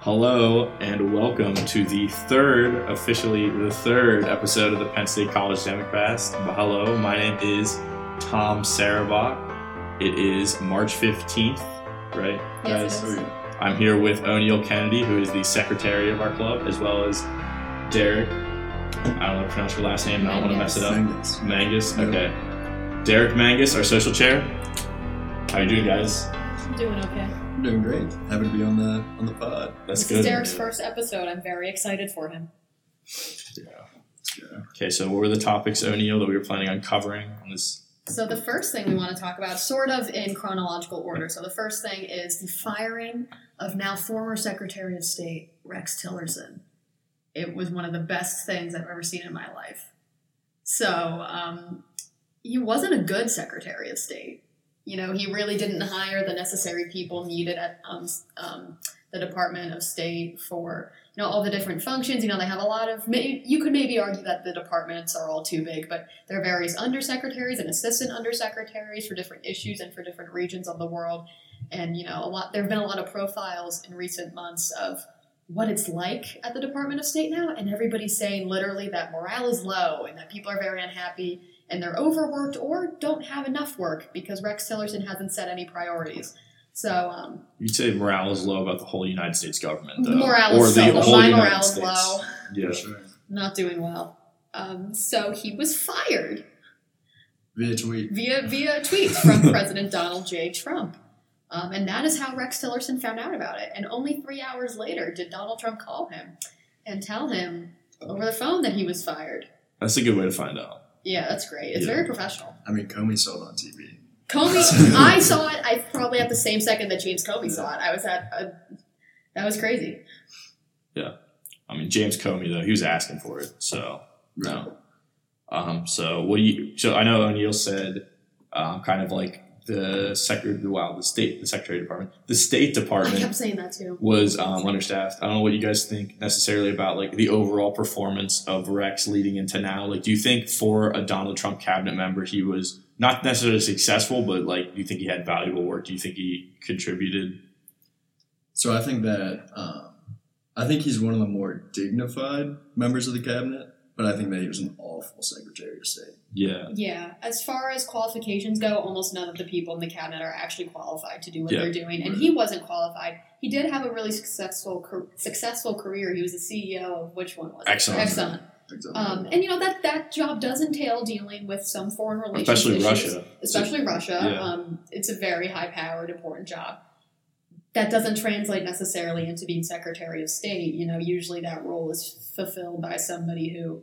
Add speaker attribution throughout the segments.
Speaker 1: Hello and welcome to the third, officially the third episode of the Penn State College Democrats. Hello, my name is Tom Sarabach. It is March 15th, right,
Speaker 2: Yes, it is.
Speaker 1: I'm here with O'Neill Kennedy, who is the secretary of our club, as well as Derek. I don't know how to pronounce your last name, and I don't want to mess it up.
Speaker 3: Magnets.
Speaker 1: Mangus,
Speaker 3: Yeah.
Speaker 1: okay. Derek Mangus, our social chair. How you doing, guys?
Speaker 2: Doing okay.
Speaker 3: I'm doing great. Happy to be on the on the pod.
Speaker 1: That's
Speaker 2: this
Speaker 1: good.
Speaker 2: is Derek's first episode. I'm very excited for him.
Speaker 3: Yeah.
Speaker 1: Okay, so what were the topics, O'Neill, that we were planning on covering on this?
Speaker 2: So the first thing we want to talk about, sort of in chronological order. So the first thing is the firing of now former Secretary of State Rex Tillerson. It was one of the best things I've ever seen in my life. So um, he wasn't a good Secretary of State. You know, he really didn't hire the necessary people needed at um, s- um, the Department of State for you know all the different functions. You know, they have a lot of. may- You could maybe argue that the departments are all too big, but there are various undersecretaries and assistant undersecretaries for different issues and for different regions of the world. And you know, a lot there have been a lot of profiles in recent months of what it's like at the Department of State now, and everybody's saying literally that morale is low and that people are very unhappy and they're overworked or don't have enough work because Rex Tillerson hasn't set any priorities. So um,
Speaker 1: You'd say morale is low about the whole United States government, though.
Speaker 2: morale
Speaker 1: or
Speaker 2: is
Speaker 1: the
Speaker 2: so low.
Speaker 1: whole
Speaker 2: My
Speaker 1: United
Speaker 2: morale is
Speaker 1: States.
Speaker 2: low.
Speaker 1: Yeah.
Speaker 3: For sure.
Speaker 2: Not doing well. Um, so he was fired.
Speaker 3: Via tweet.
Speaker 2: via via tweets from President Donald J. Trump. Um, and that is how Rex Tillerson found out about it. And only three hours later did Donald Trump call him and tell him over the phone that he was fired.
Speaker 1: That's a good way to find out.
Speaker 2: Yeah, that's great. It's
Speaker 1: Yeah.
Speaker 2: very professional.
Speaker 3: I mean, Comey saw it on TV.
Speaker 2: Comey, I saw it. I probably at the same second that James Comey saw it. I was at a, that was crazy.
Speaker 1: I mean, James Comey, though, he was asking for it, so no. Um, so what do you? So I know O'Neill said, um, kind of like the secretary, wow, the state, the secretary of department, the State
Speaker 2: I
Speaker 1: Department
Speaker 2: kept saying that too.
Speaker 1: was um, understaffed. I don't know what you guys think necessarily about like the overall performance of Rex leading into now. Like, do you think for a Donald Trump cabinet member, he was not necessarily successful, but like, do you think he had valuable work? Do you think he contributed?
Speaker 3: So I think that um, I think he's one of the more dignified members of the cabinet, but I think that he was an awful Secretary of State.
Speaker 1: Yeah,
Speaker 2: Yeah, as far as qualifications go, almost none of the people in the cabinet are actually qualified to do what
Speaker 1: Yeah.
Speaker 2: they're doing, and he wasn't qualified. He did have a really successful car- successful career. He was the CEO of which one was it?
Speaker 1: Exxon.
Speaker 2: Exxon.
Speaker 3: Exactly.
Speaker 2: Um, and you know that that job does entail dealing with some foreign relations,
Speaker 1: especially
Speaker 2: issues,
Speaker 1: Russia.
Speaker 2: especially Russia.
Speaker 1: Yeah.
Speaker 2: Um, it's a very high powered, important job. That doesn't translate necessarily into being Secretary of State. You know, usually that role is fulfilled by somebody who,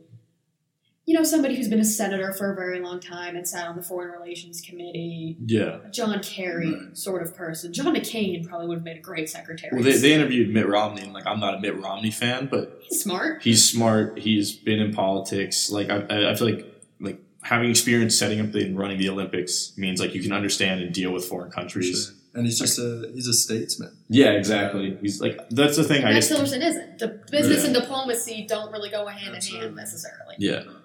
Speaker 2: you know, somebody who's been a senator for a very long time and sat on the Foreign Relations Committee.
Speaker 1: Yeah.
Speaker 2: a John Kerry
Speaker 3: Right.
Speaker 2: sort of person. John McCain probably would have made a great secretary.
Speaker 1: Well, they, they interviewed Mitt Romney, and like, I'm not a Mitt Romney fan, but
Speaker 2: He's smart.
Speaker 1: he's smart. He's been in politics. Like I- I, I feel like like having experience setting up and running the Olympics means like you can understand and deal with foreign countries.
Speaker 3: Sure. And he's just a he's a statesman.
Speaker 1: Yeah, exactly. He's like that's the thing. I
Speaker 2: Rex
Speaker 1: guess.
Speaker 2: Tillerson isn't. The business
Speaker 1: Yeah.
Speaker 2: and diplomacy don't really go hand in hand
Speaker 3: Absolutely.
Speaker 2: necessarily.
Speaker 1: Yeah,
Speaker 2: And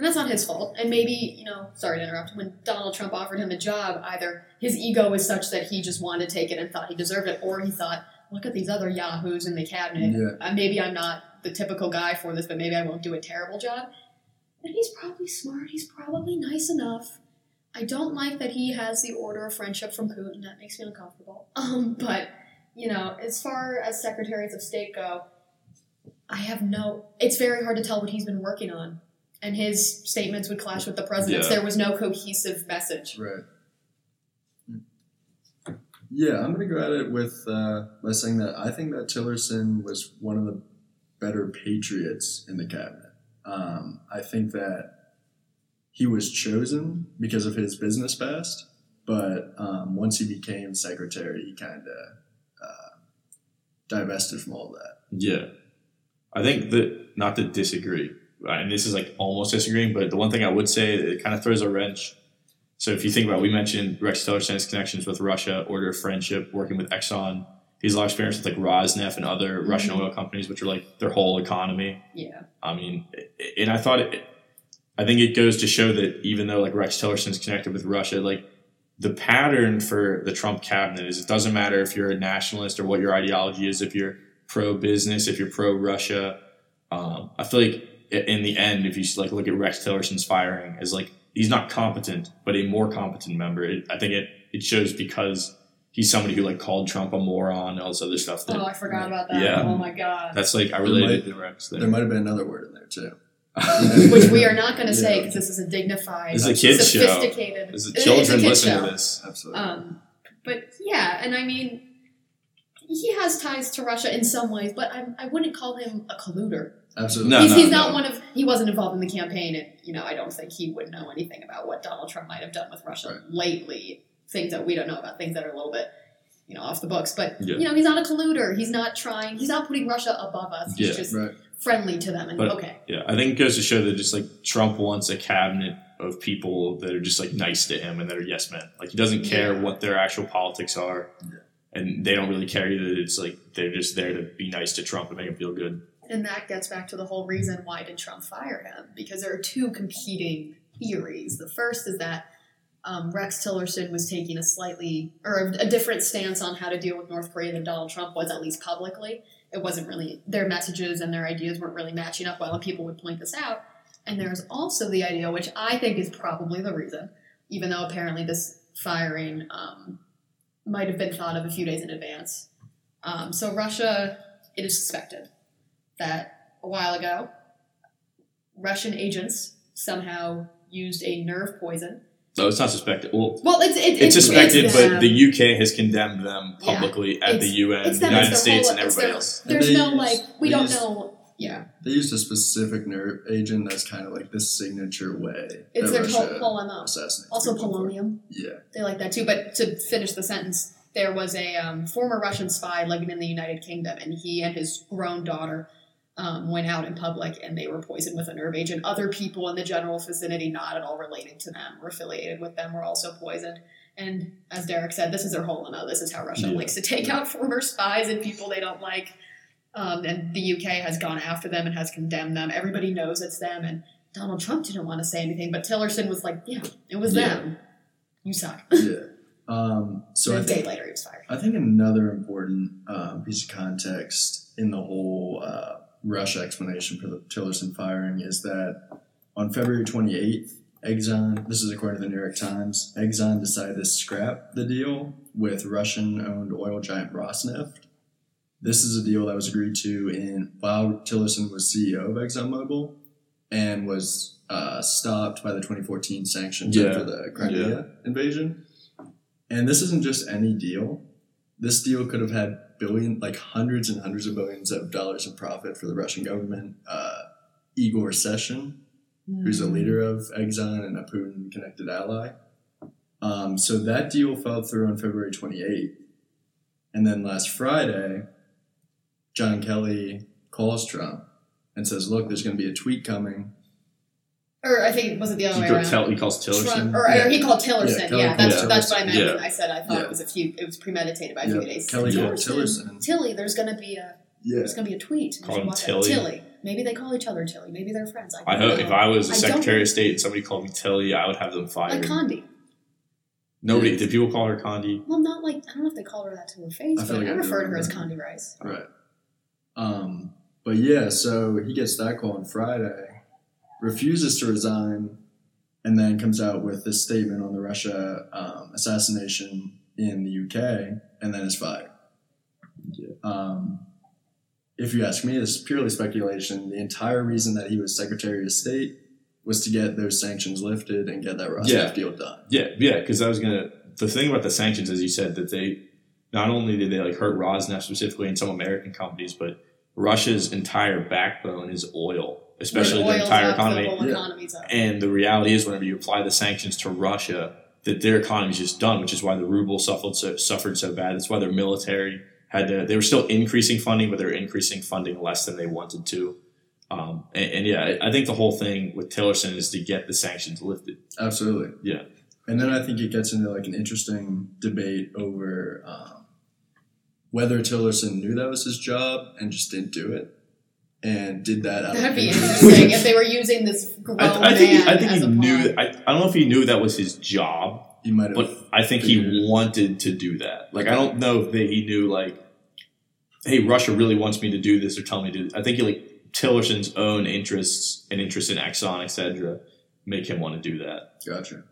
Speaker 2: that's not his fault. And maybe, you know, sorry to interrupt, when Donald Trump offered him a job, either his ego was such that he just wanted to take it and thought he deserved it, or he thought, look at these other yahoos in the cabinet.
Speaker 3: Yeah.
Speaker 2: Uh, maybe I'm not the typical guy for this, but maybe I won't do a terrible job. And he's probably smart. He's probably nice enough. I don't like that he has the Order of Friendship from Putin. That makes me uncomfortable. Um, but, you know, as far as secretaries of state go, I have no. It's very hard to tell what he's been working on, and his statements would clash with the president's.
Speaker 1: Yeah.
Speaker 2: There was no cohesive message.
Speaker 3: Right. Yeah, I'm gonna go at it with uh, by saying that I think that Tillerson was one of the better patriots in the cabinet. Um, I think that he was chosen because of his business past, but um, once he became secretary, he kind of uh, divested from all that.
Speaker 1: yeah. I think that not to disagree, and this is like almost disagreeing, but the one thing I would say that it kind of throws a wrench. So if you think about, it, we mentioned Rex Tillerson's connections with Russia, Order of Friendship, working with Exxon. He's a lot of experience with like Rosneft and other Russian
Speaker 2: Mhm.
Speaker 1: oil companies, which are like their whole economy.
Speaker 2: Yeah,
Speaker 1: I mean, and I thought, it, I think it goes to show that even though like Rex Tillerson's connected with Russia, like the pattern for the Trump cabinet is it doesn't matter if you're a nationalist or what your ideology is, if you're pro business, if you're pro Russia. Um, I feel like i- in the end, if you like look at Rex Tillerson's firing as like he's not competent, but a more competent member. It, I think it it shows because he's somebody who like called Trump a moron and all this other stuff. That
Speaker 2: Oh, I forgot about that.
Speaker 1: Yeah.
Speaker 2: Oh my god.
Speaker 1: that's like I
Speaker 3: There
Speaker 1: related
Speaker 3: might-
Speaker 1: to Rex.
Speaker 3: There
Speaker 1: There.
Speaker 3: might have been another word in there too.
Speaker 2: Which we are not going to say
Speaker 3: Yeah.
Speaker 2: because this is a dignified,
Speaker 1: This is a kids show.
Speaker 2: sophisticated.
Speaker 1: Is
Speaker 2: it is a
Speaker 1: children
Speaker 2: kid's
Speaker 1: listen
Speaker 2: show.
Speaker 1: to this?
Speaker 3: Absolutely.
Speaker 2: Um, but yeah, and I mean, he has ties to Russia in some ways, but I, I wouldn't call him a colluder.
Speaker 3: Absolutely.
Speaker 1: No,
Speaker 2: he's,
Speaker 1: no,
Speaker 2: he's not
Speaker 1: no.
Speaker 2: one of. He wasn't involved in the campaign, and you know, I don't think he would know anything about what Donald Trump might have done with Russia lately. Things that we don't know about, things that are a little bit, you know, off the books. But
Speaker 1: Yeah.
Speaker 2: you know, he's not a colluder. He's not trying. He's not putting Russia above us. He's
Speaker 1: Yeah.
Speaker 2: just
Speaker 3: Right.
Speaker 2: friendly to them. And
Speaker 1: But-
Speaker 2: okay,
Speaker 1: Yeah, I think it goes to show that just like Trump wants a cabinet of people that are just like nice to him and that are yes men. Like he doesn't care
Speaker 2: Yeah.
Speaker 1: what their actual politics are, and they don't really care either. It's like they're just there to be nice to Trump and make him feel good.
Speaker 2: And that gets back to the whole reason why did Trump fire him? Because there are two competing theories. The first is that um, Rex Tillerson was taking a slightly or a, a different stance on how to deal with North Korea than Donald Trump was, at least publicly. It wasn't really their messages and their ideas weren't really matching up well, and people would point this out. And there's also the idea, which I think is probably the reason, even though apparently this firing um, might have been thought of a few days in advance. Um, so Russia, it is suspected that a while ago, Russian agents somehow used a nerve poison.
Speaker 1: No, it's not suspected. Well,
Speaker 2: Well, it's it,
Speaker 1: it's, suspected,
Speaker 2: it's
Speaker 1: but
Speaker 2: them.
Speaker 1: the UK has condemned them
Speaker 2: Yeah.
Speaker 1: publicly at the
Speaker 2: It's-
Speaker 1: UN,
Speaker 2: it's
Speaker 1: the
Speaker 2: them,
Speaker 1: United
Speaker 2: it's their
Speaker 1: States,
Speaker 2: whole-
Speaker 1: and
Speaker 2: it's
Speaker 1: everybody
Speaker 2: their-
Speaker 1: else.
Speaker 2: there's
Speaker 3: They
Speaker 2: no
Speaker 3: used-
Speaker 2: like we
Speaker 3: they
Speaker 2: don't
Speaker 3: used-
Speaker 2: know. Yeah,
Speaker 3: They used a specific nerve agent that's kind of like the signature way.
Speaker 2: it's
Speaker 3: that
Speaker 2: their
Speaker 3: Russia
Speaker 2: whole, whole MO.
Speaker 3: assassinates
Speaker 2: Also,
Speaker 3: people for.
Speaker 2: polonium.
Speaker 3: Yeah.
Speaker 2: They like that too. But to finish the sentence, there was a um, former Russian spy living in the United Kingdom, and he and his grown daughter um, went out in public, and they were poisoned with a nerve agent. Other people in the general vicinity, not at all related to them or affiliated with them, were also poisoned. And as Derek said, this is their whole MO. This is how Russia
Speaker 1: Yeah.
Speaker 2: likes to take out former spies and people they don't like. Um, and the UK has gone after them and has condemned them. Everybody knows it's them. And Donald Trump didn't want to say anything, but Tillerson was like, yeah, it was
Speaker 3: Yeah.
Speaker 2: them. You suck.
Speaker 3: yeah. Um, so
Speaker 2: a
Speaker 3: I
Speaker 2: day
Speaker 3: think,
Speaker 2: later, he was fired.
Speaker 3: I think another important um, piece of context in the whole uh, Rush explanation for the Tillerson firing is that on February 28th, Exxon, this is according to the New York Times, Exxon decided to scrap the deal with Russian owned oil giant Rosneft. This is a deal that was agreed to in while Tillerson was CEO of ExxonMobil and was uh, stopped by the 2014 sanctions
Speaker 1: Yeah.
Speaker 3: after the Crimea
Speaker 1: Yeah.
Speaker 3: invasion. And this isn't just any deal. This deal could have had billion, like hundreds and hundreds of billions of dollars in profit for the Russian government. Uh, Igor Session, who's
Speaker 2: Mm.
Speaker 1: Hmm.
Speaker 3: a leader of Exxon and a Putin connected ally. Um, so that deal fell through on February 28th. And then last Friday, John Kelly calls Trump and says, Look, there's going to be a tweet coming.
Speaker 2: Or I think was it the other
Speaker 1: He,
Speaker 2: way
Speaker 1: called-
Speaker 2: around?
Speaker 1: Tel- he calls Tillerson.
Speaker 2: Trump, or, or he called Tillerson. Yeah,
Speaker 3: Yeah, Kelly
Speaker 2: that's
Speaker 1: called
Speaker 2: that's what I
Speaker 3: Tillerson.
Speaker 2: meant.
Speaker 1: Yeah.
Speaker 2: when I said I thought
Speaker 3: Yeah.
Speaker 2: it was a few. It was premeditated by a
Speaker 3: Yeah,
Speaker 2: few days.
Speaker 3: Kelly
Speaker 1: called
Speaker 3: Tillerson.
Speaker 2: Tilly, there's gonna be a
Speaker 3: Yeah.
Speaker 2: there's gonna be a tweet.
Speaker 1: Call him
Speaker 2: Watch it.
Speaker 1: Tilly.
Speaker 2: Tilly. Maybe they call each other Tilly. Maybe they're friends. I,
Speaker 1: I
Speaker 2: don't
Speaker 1: hope
Speaker 2: know.
Speaker 1: if I was the
Speaker 2: I don't-
Speaker 1: Secretary of State and somebody called me Tilly, I would have them
Speaker 2: like
Speaker 1: fired.
Speaker 2: Condi.
Speaker 1: Nobody did people call her Condi?
Speaker 2: Well, not like I don't know if they called her that to her face,
Speaker 3: I
Speaker 2: but
Speaker 3: feel like
Speaker 2: I
Speaker 3: I do
Speaker 2: refer to her as
Speaker 3: remember.
Speaker 2: Condi Rice.
Speaker 3: Right. Um, but yeah, so he gets that call on Friday, refuses to resign, and then comes out with this statement on the Russia um, assassination in the UK, and then is fired. Um, if you ask me, this is purely speculation. The entire reason that he was Secretary of State was to get those sanctions lifted and get that Rosneft
Speaker 1: Yeah.
Speaker 3: deal done.
Speaker 1: Yeah, yeah, because I was gonna. The thing about the sanctions, as you said, that they not only did they like hurt Rosneft specifically and some American companies, but Russia's entire backbone is oil, especially
Speaker 2: Oil's
Speaker 1: the entire
Speaker 2: up,
Speaker 1: economy.
Speaker 2: The whole
Speaker 3: Yeah.
Speaker 2: economy's up.
Speaker 1: And the reality is, whenever you apply the sanctions to Russia, that their economy is just done, which is why the ruble suffered so, suffered so bad. That's why their military had to. They were still increasing funding, but they were increasing funding less than they wanted to. Um, and, and yeah, I I think the whole thing with Tillerson is to get the sanctions lifted.
Speaker 3: Absolutely.
Speaker 1: Yeah.
Speaker 3: And then I think it gets into like an interesting debate over um, whether Tillerson knew that was his job and just didn't do it, and did that out
Speaker 2: That'd
Speaker 3: of
Speaker 2: be
Speaker 3: interest.
Speaker 2: interesting if they were using this grown
Speaker 1: I, I think
Speaker 2: Oh, man
Speaker 1: I think
Speaker 2: as
Speaker 1: he
Speaker 2: a pawn.
Speaker 1: knew. That, I, I don't know if he knew that was his job,
Speaker 3: He might have.
Speaker 1: but I think he wanted to do that. Like I don't know if they, he knew like hey, Russia really wants me to do this or tell me to. do this. I think like Tillerson's own interests and interest in Exxon, etc., make him want to do that.
Speaker 3: Gotcha.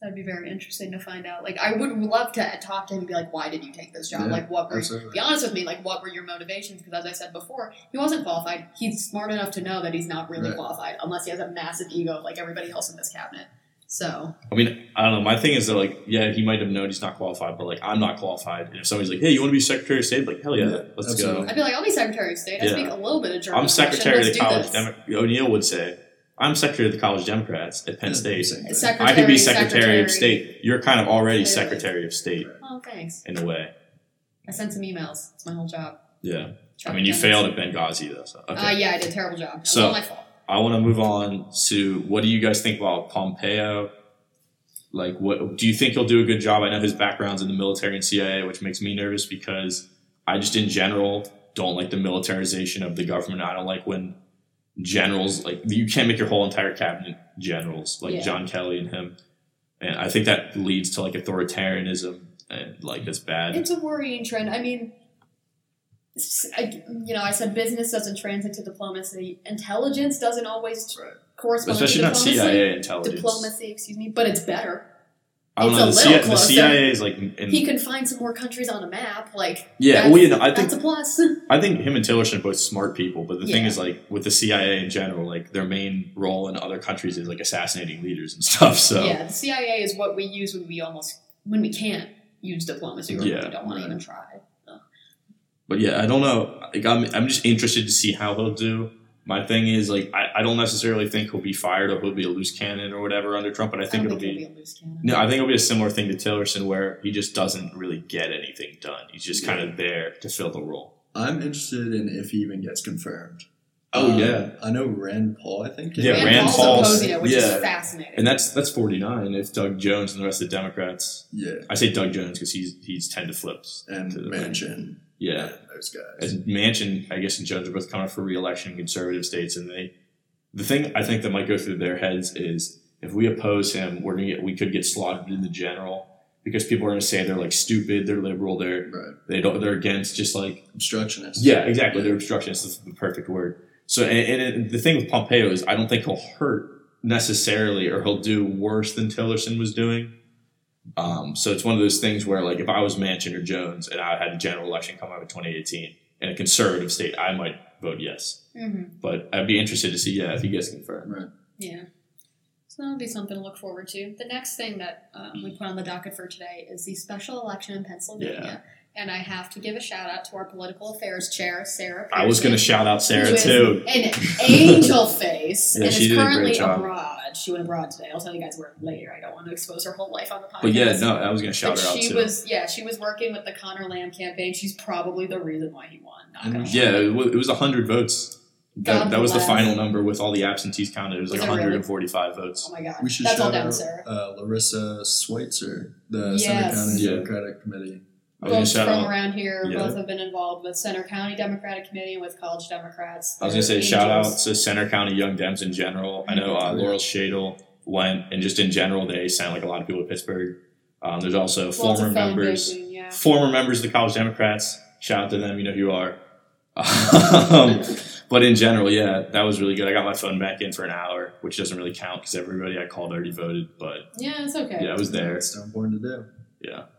Speaker 2: That'd be very interesting to find out. Like, I would love to talk to him and be like, "Why did you take this job?
Speaker 3: Yeah,
Speaker 2: like, what were?
Speaker 3: absolutely.
Speaker 2: Be honest with me. Like, what were your motivations? Because as I said before, he wasn't qualified. He's smart enough to know that he's not really
Speaker 3: Right.
Speaker 2: qualified, unless he has a massive ego like everybody else in this cabinet. So,
Speaker 1: I mean, I don't know. My thing is that, like, yeah, he might have known he's not qualified, but like, I'm not qualified. And if somebody's like, "Hey, you want to be Secretary of State?" Like, hell yeah,
Speaker 3: Yeah,
Speaker 1: let's
Speaker 3: absolutely.
Speaker 2: I'd be like, "I'll be Secretary of State. I
Speaker 1: Yeah.
Speaker 2: speak a little bit of
Speaker 1: go.
Speaker 2: German.
Speaker 1: I'm Secretary of
Speaker 2: Russian.
Speaker 1: the
Speaker 2: Let's
Speaker 1: College.
Speaker 2: do this.
Speaker 1: Demo- O'Neill would say, "I'm Secretary of the College Democrats at Penn State.
Speaker 3: Same thing.
Speaker 2: Secretary,
Speaker 1: I could be Secretary, of
Speaker 2: Secretary.
Speaker 1: State. You're kind of already
Speaker 2: Literally.
Speaker 1: Secretary of State
Speaker 2: Oh, thanks.
Speaker 1: in a way.
Speaker 2: I sent some emails. It's my whole job.
Speaker 1: Yeah. I
Speaker 2: Chuck
Speaker 1: mean, you
Speaker 2: Dennis.
Speaker 1: failed at Benghazi though. So. Okay.
Speaker 2: Uh, yeah, I did a terrible job. It was
Speaker 1: So-
Speaker 2: all my fault.
Speaker 1: I want to move on to what do you guys think about Pompeo? Like, what do you think he'll do a good job? I know his background's in the military and CIA, which makes me nervous because I just, in general, don't like the militarization of the government. I don't like when generals, like, you can't make your whole entire cabinet generals, like
Speaker 2: Yeah.
Speaker 1: John Kelly and him. And I think that leads to like authoritarianism, and like that's bad.
Speaker 2: It's a worrying trend. I mean, s- I- you know, I said business doesn't translate to diplomacy. Intelligence doesn't always
Speaker 3: Right.
Speaker 2: correspond
Speaker 1: Especially
Speaker 2: to
Speaker 1: not
Speaker 2: diplomacy.
Speaker 1: CIA intelligence.
Speaker 2: Diplomacy, excuse me, but it's better.
Speaker 1: I don't
Speaker 2: It's
Speaker 1: know.
Speaker 2: a
Speaker 1: The
Speaker 2: little
Speaker 1: CIA, the
Speaker 2: closer.
Speaker 1: CIA is like, in,
Speaker 2: He can find some more countries on a map. Like,
Speaker 1: yeah.
Speaker 2: that's,
Speaker 1: Well, you know, I think
Speaker 2: that's a plus.
Speaker 1: I think him and Tillerson are both smart people, but the thing
Speaker 2: Yeah.
Speaker 1: is, like, with the CIA in general, like, their main role in other countries is, like, assassinating leaders and stuff, so.
Speaker 2: Yeah, the CIA is what we use when we almost when we can't use diplomacy. or when
Speaker 1: Yeah.
Speaker 2: we don't want to
Speaker 3: Right.
Speaker 2: even try.
Speaker 1: But yeah, I don't know. Like, I'm, I'm just interested to see how he'll do. My thing is, like, I, I don't necessarily think he'll be fired or he'll be a loose cannon or whatever under Trump, but I think
Speaker 2: don't
Speaker 1: it'll
Speaker 2: think
Speaker 1: be.
Speaker 2: it'll be a loose cannon.
Speaker 1: No, I think it'll be a similar thing to Tillerson where he just doesn't really get anything done. He's just kind of there to fill the role.
Speaker 3: I'm interested in if he even gets confirmed.
Speaker 1: Oh,
Speaker 3: Um,
Speaker 1: yeah.
Speaker 3: I know Rand Paul. I think.
Speaker 1: Yeah,
Speaker 2: Rand,
Speaker 1: Rand
Speaker 2: Paul's
Speaker 1: Paul's-
Speaker 2: opposing it, which
Speaker 1: yeah.
Speaker 2: is fascinating.
Speaker 1: And that's that's 49 if Doug Jones and the rest of the Democrats.
Speaker 3: Yeah,
Speaker 1: I say Doug Jones because he's, he's 10 to flips.
Speaker 3: and
Speaker 1: To the-
Speaker 3: Manchin.
Speaker 1: Yeah.
Speaker 3: and those guys.
Speaker 1: as Manchin, I guess, and Judge are both coming for reelection in conservative states, and they, the thing I think that might go through their heads is if we oppose him, we're gonna get, we could get slaughtered in the general because people are gonna say they're like stupid, they're liberal, they're
Speaker 3: Right,
Speaker 1: they don't they're against just like
Speaker 3: obstructionist.
Speaker 1: yeah, exactly, they're obstructionist is the perfect word. So and, and it- the thing with Pompeo is I don't think he'll hurt necessarily, or he'll do worse than Tillerson was doing. Um, so it's one of those things where, like, if I was Manchin or Jones and I had a general election come out of 2018 in a conservative state, I might vote yes.
Speaker 2: Mhm.
Speaker 1: But I'd be interested to see, yeah, if he gets confirmed.
Speaker 3: Right.
Speaker 2: Yeah. So that'll be something to look forward to. The next thing that um,
Speaker 1: Mm.
Speaker 2: we put on the docket for today is the special election in Pennsylvania. And I have to give a shout out to our political affairs chair, Sarah.
Speaker 1: I was going to
Speaker 2: Pearson,
Speaker 1: shout out
Speaker 2: who
Speaker 1: Sarah
Speaker 2: is
Speaker 1: too.
Speaker 2: An angel face,
Speaker 1: Yeah,
Speaker 2: and
Speaker 1: she
Speaker 2: is
Speaker 1: did a great
Speaker 2: currently
Speaker 1: job.
Speaker 2: abroad. She went abroad today. I'll tell you guys where later. I don't want to expose her whole life on the podcast.
Speaker 1: But yeah, no, I was going to shout
Speaker 2: But
Speaker 1: her out
Speaker 2: she
Speaker 1: too.
Speaker 2: was, yeah, she was working with the Connor Lamb campaign. She's probably the reason why he won. Not gonna lie.
Speaker 1: Mm, yeah, it wa- it was 100 votes. That,
Speaker 2: God
Speaker 1: that was the
Speaker 2: bless.
Speaker 1: final number with all the absentees counted. It was
Speaker 2: Was
Speaker 1: like
Speaker 2: it really?
Speaker 1: 145 votes.
Speaker 2: Oh my god,
Speaker 3: We should
Speaker 2: that's all
Speaker 3: shout
Speaker 2: down,
Speaker 3: out
Speaker 2: Sarah.
Speaker 3: uh, Larissa Schweitzer, the
Speaker 2: Yes.
Speaker 3: Center County
Speaker 1: Yeah.
Speaker 3: Democratic Committee.
Speaker 1: I was going to
Speaker 2: Both
Speaker 1: shout
Speaker 2: from
Speaker 1: out.
Speaker 2: around here,
Speaker 1: Yeah.
Speaker 2: both have been involved with Center County Democratic Committee with college Democrats.
Speaker 1: I was gonna say
Speaker 2: They're
Speaker 1: shout out
Speaker 2: angels.
Speaker 1: to Center County Young Dems in general. I know uh,
Speaker 3: Mhm.
Speaker 1: Laurel Shadle went, and just in general, they sent like a lot of people to Pittsburgh. Um, there's also
Speaker 2: Lots
Speaker 1: former
Speaker 2: of
Speaker 1: members,
Speaker 2: fundraising, Yeah.
Speaker 1: former members of the College Democrats. Shout out to them. You know who you are. Um, but in general, yeah, that was really good. I got my phone back in for an hour, which doesn't really count because everybody I called already voted. But
Speaker 2: Yeah, it's okay.
Speaker 1: yeah, I was there.
Speaker 3: It's not born to do.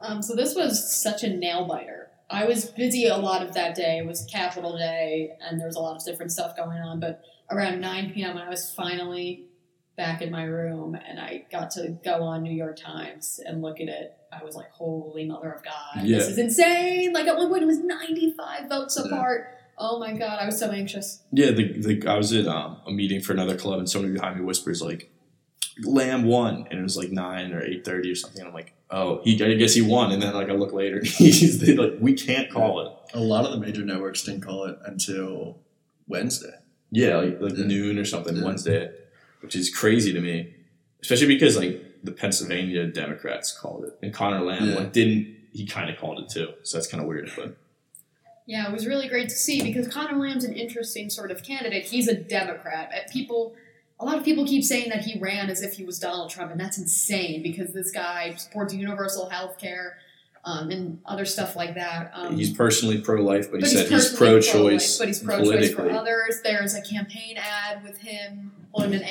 Speaker 2: Um, so this was such a nail biter. I was busy a lot of that day. It was Capitol Day, and there was a lot of different stuff going on. But around 9 p.m., when I was finally back in my room and I got to go on New York Times and look at it, I was like, "Holy Mother of God,
Speaker 1: Yeah.
Speaker 2: this is insane!" Like at one point, it was 95 votes
Speaker 3: Yeah.
Speaker 2: apart. Oh my God, I was so anxious.
Speaker 1: Yeah, the, the I was at um, a meeting for another club, and somebody behind me whispers like, "Lamb won," and it was like nine or eight thirty or something. And I'm like, "Oh, he I guess he won." And then like I look later, he's they like, "We can't call it."
Speaker 3: A lot of the major networks didn't call it until Wednesday.
Speaker 1: Yeah, like, like
Speaker 3: Yeah.
Speaker 1: noon or something
Speaker 3: Yeah.
Speaker 1: Wednesday, which is crazy to me, especially because like the Pennsylvania Democrats called it, and Connor Lamb
Speaker 3: Yeah.
Speaker 1: like, didn't. He kind of called it too, so that's kind of weird. But
Speaker 2: Yeah, it was really great to see because Connor Lamb's an interesting sort of candidate. He's a Democrat. And People, a lot of people keep saying that he ran as if he was Donald Trump, and that's insane because this guy supports universal health care. um, and other stuff like that. Um,
Speaker 1: he's personally pro-life, but,
Speaker 2: but
Speaker 1: he said he's
Speaker 2: personally pro-life,
Speaker 1: pro-choice.
Speaker 2: But he's pro-choice for
Speaker 1: politically.
Speaker 2: others. There's a campaign ad with him on an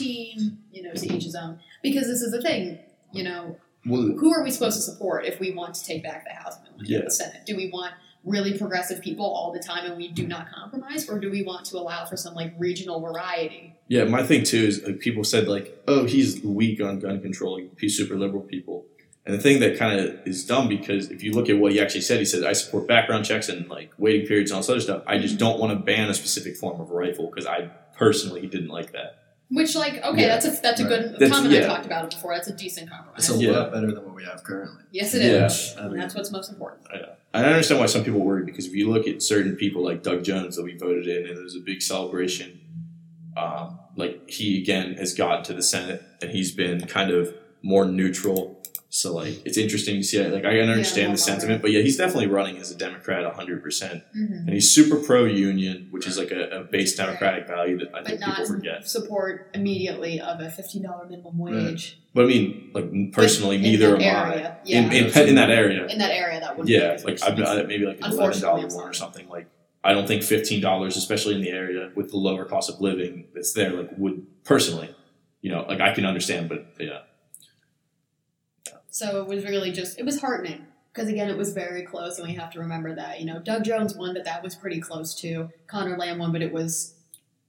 Speaker 2: AR-15. You know, to each his own. Because this is the thing. You know,
Speaker 1: Well,
Speaker 2: who are we supposed to support if we want to take back the House and we want to get
Speaker 1: Yeah.
Speaker 2: the Senate? Do we want really progressive people all the time and we do not compromise, or do we want to allow for some like regional variety?
Speaker 1: yeah, my thing too is like people said like, oh, he's weak on gun control. like, He's super liberal people. And the thing that kind of is dumb because if you look at what he actually said, he said, I support background checks and like waiting periods and all this other stuff. I just don't want to ban a specific form of rifle because I personally didn't like that.
Speaker 2: Which, like, okay,
Speaker 1: Yeah.
Speaker 2: that's a that's a good
Speaker 1: That's-
Speaker 2: comment I
Speaker 1: yeah.
Speaker 2: talked about it before. That's a decent
Speaker 3: It's
Speaker 2: compromise.
Speaker 3: a
Speaker 1: Yeah.
Speaker 3: lot better than what we have currently.
Speaker 2: yes, it
Speaker 1: Yeah.
Speaker 2: is.
Speaker 3: I
Speaker 2: And
Speaker 3: mean,
Speaker 2: that's what's most important.
Speaker 1: I don't understand why some people worry because if you look at certain people like Doug Jones that we voted in, and there was a big celebration. Um, like he again has gotten to the Senate, and he's been kind of more neutral. So like it's interesting to see. Like I can understand
Speaker 2: more
Speaker 1: the sentiment, but yeah, he's definitely running as a Democrat, hundred percent,
Speaker 2: Mhm.
Speaker 1: and he's super pro union, which is like a, a base Democratic value that I
Speaker 2: But
Speaker 1: think
Speaker 2: not
Speaker 1: people forget.
Speaker 2: support immediately of a fifteen dollar minimum wage.
Speaker 1: But I mean, like personally,
Speaker 2: But in
Speaker 1: neither
Speaker 2: that
Speaker 1: am I.
Speaker 2: area, Yeah.
Speaker 1: In, in, in that area,
Speaker 2: In that area, that would
Speaker 1: Yeah, like I'm uh, maybe like an eleven
Speaker 2: Unfortunately,
Speaker 1: dollar one
Speaker 2: I'm
Speaker 1: or
Speaker 2: sorry.
Speaker 1: something. Like I don't think fifteen dollars, especially in the area with the lower cost of living that's there, like would personally, you know, like I can understand, but yeah,
Speaker 2: So it was really just, it was heartening. Because again, it was very close, and we have to remember that. You know, Doug Jones won, but that was pretty close too. Connor Lamb won, but it was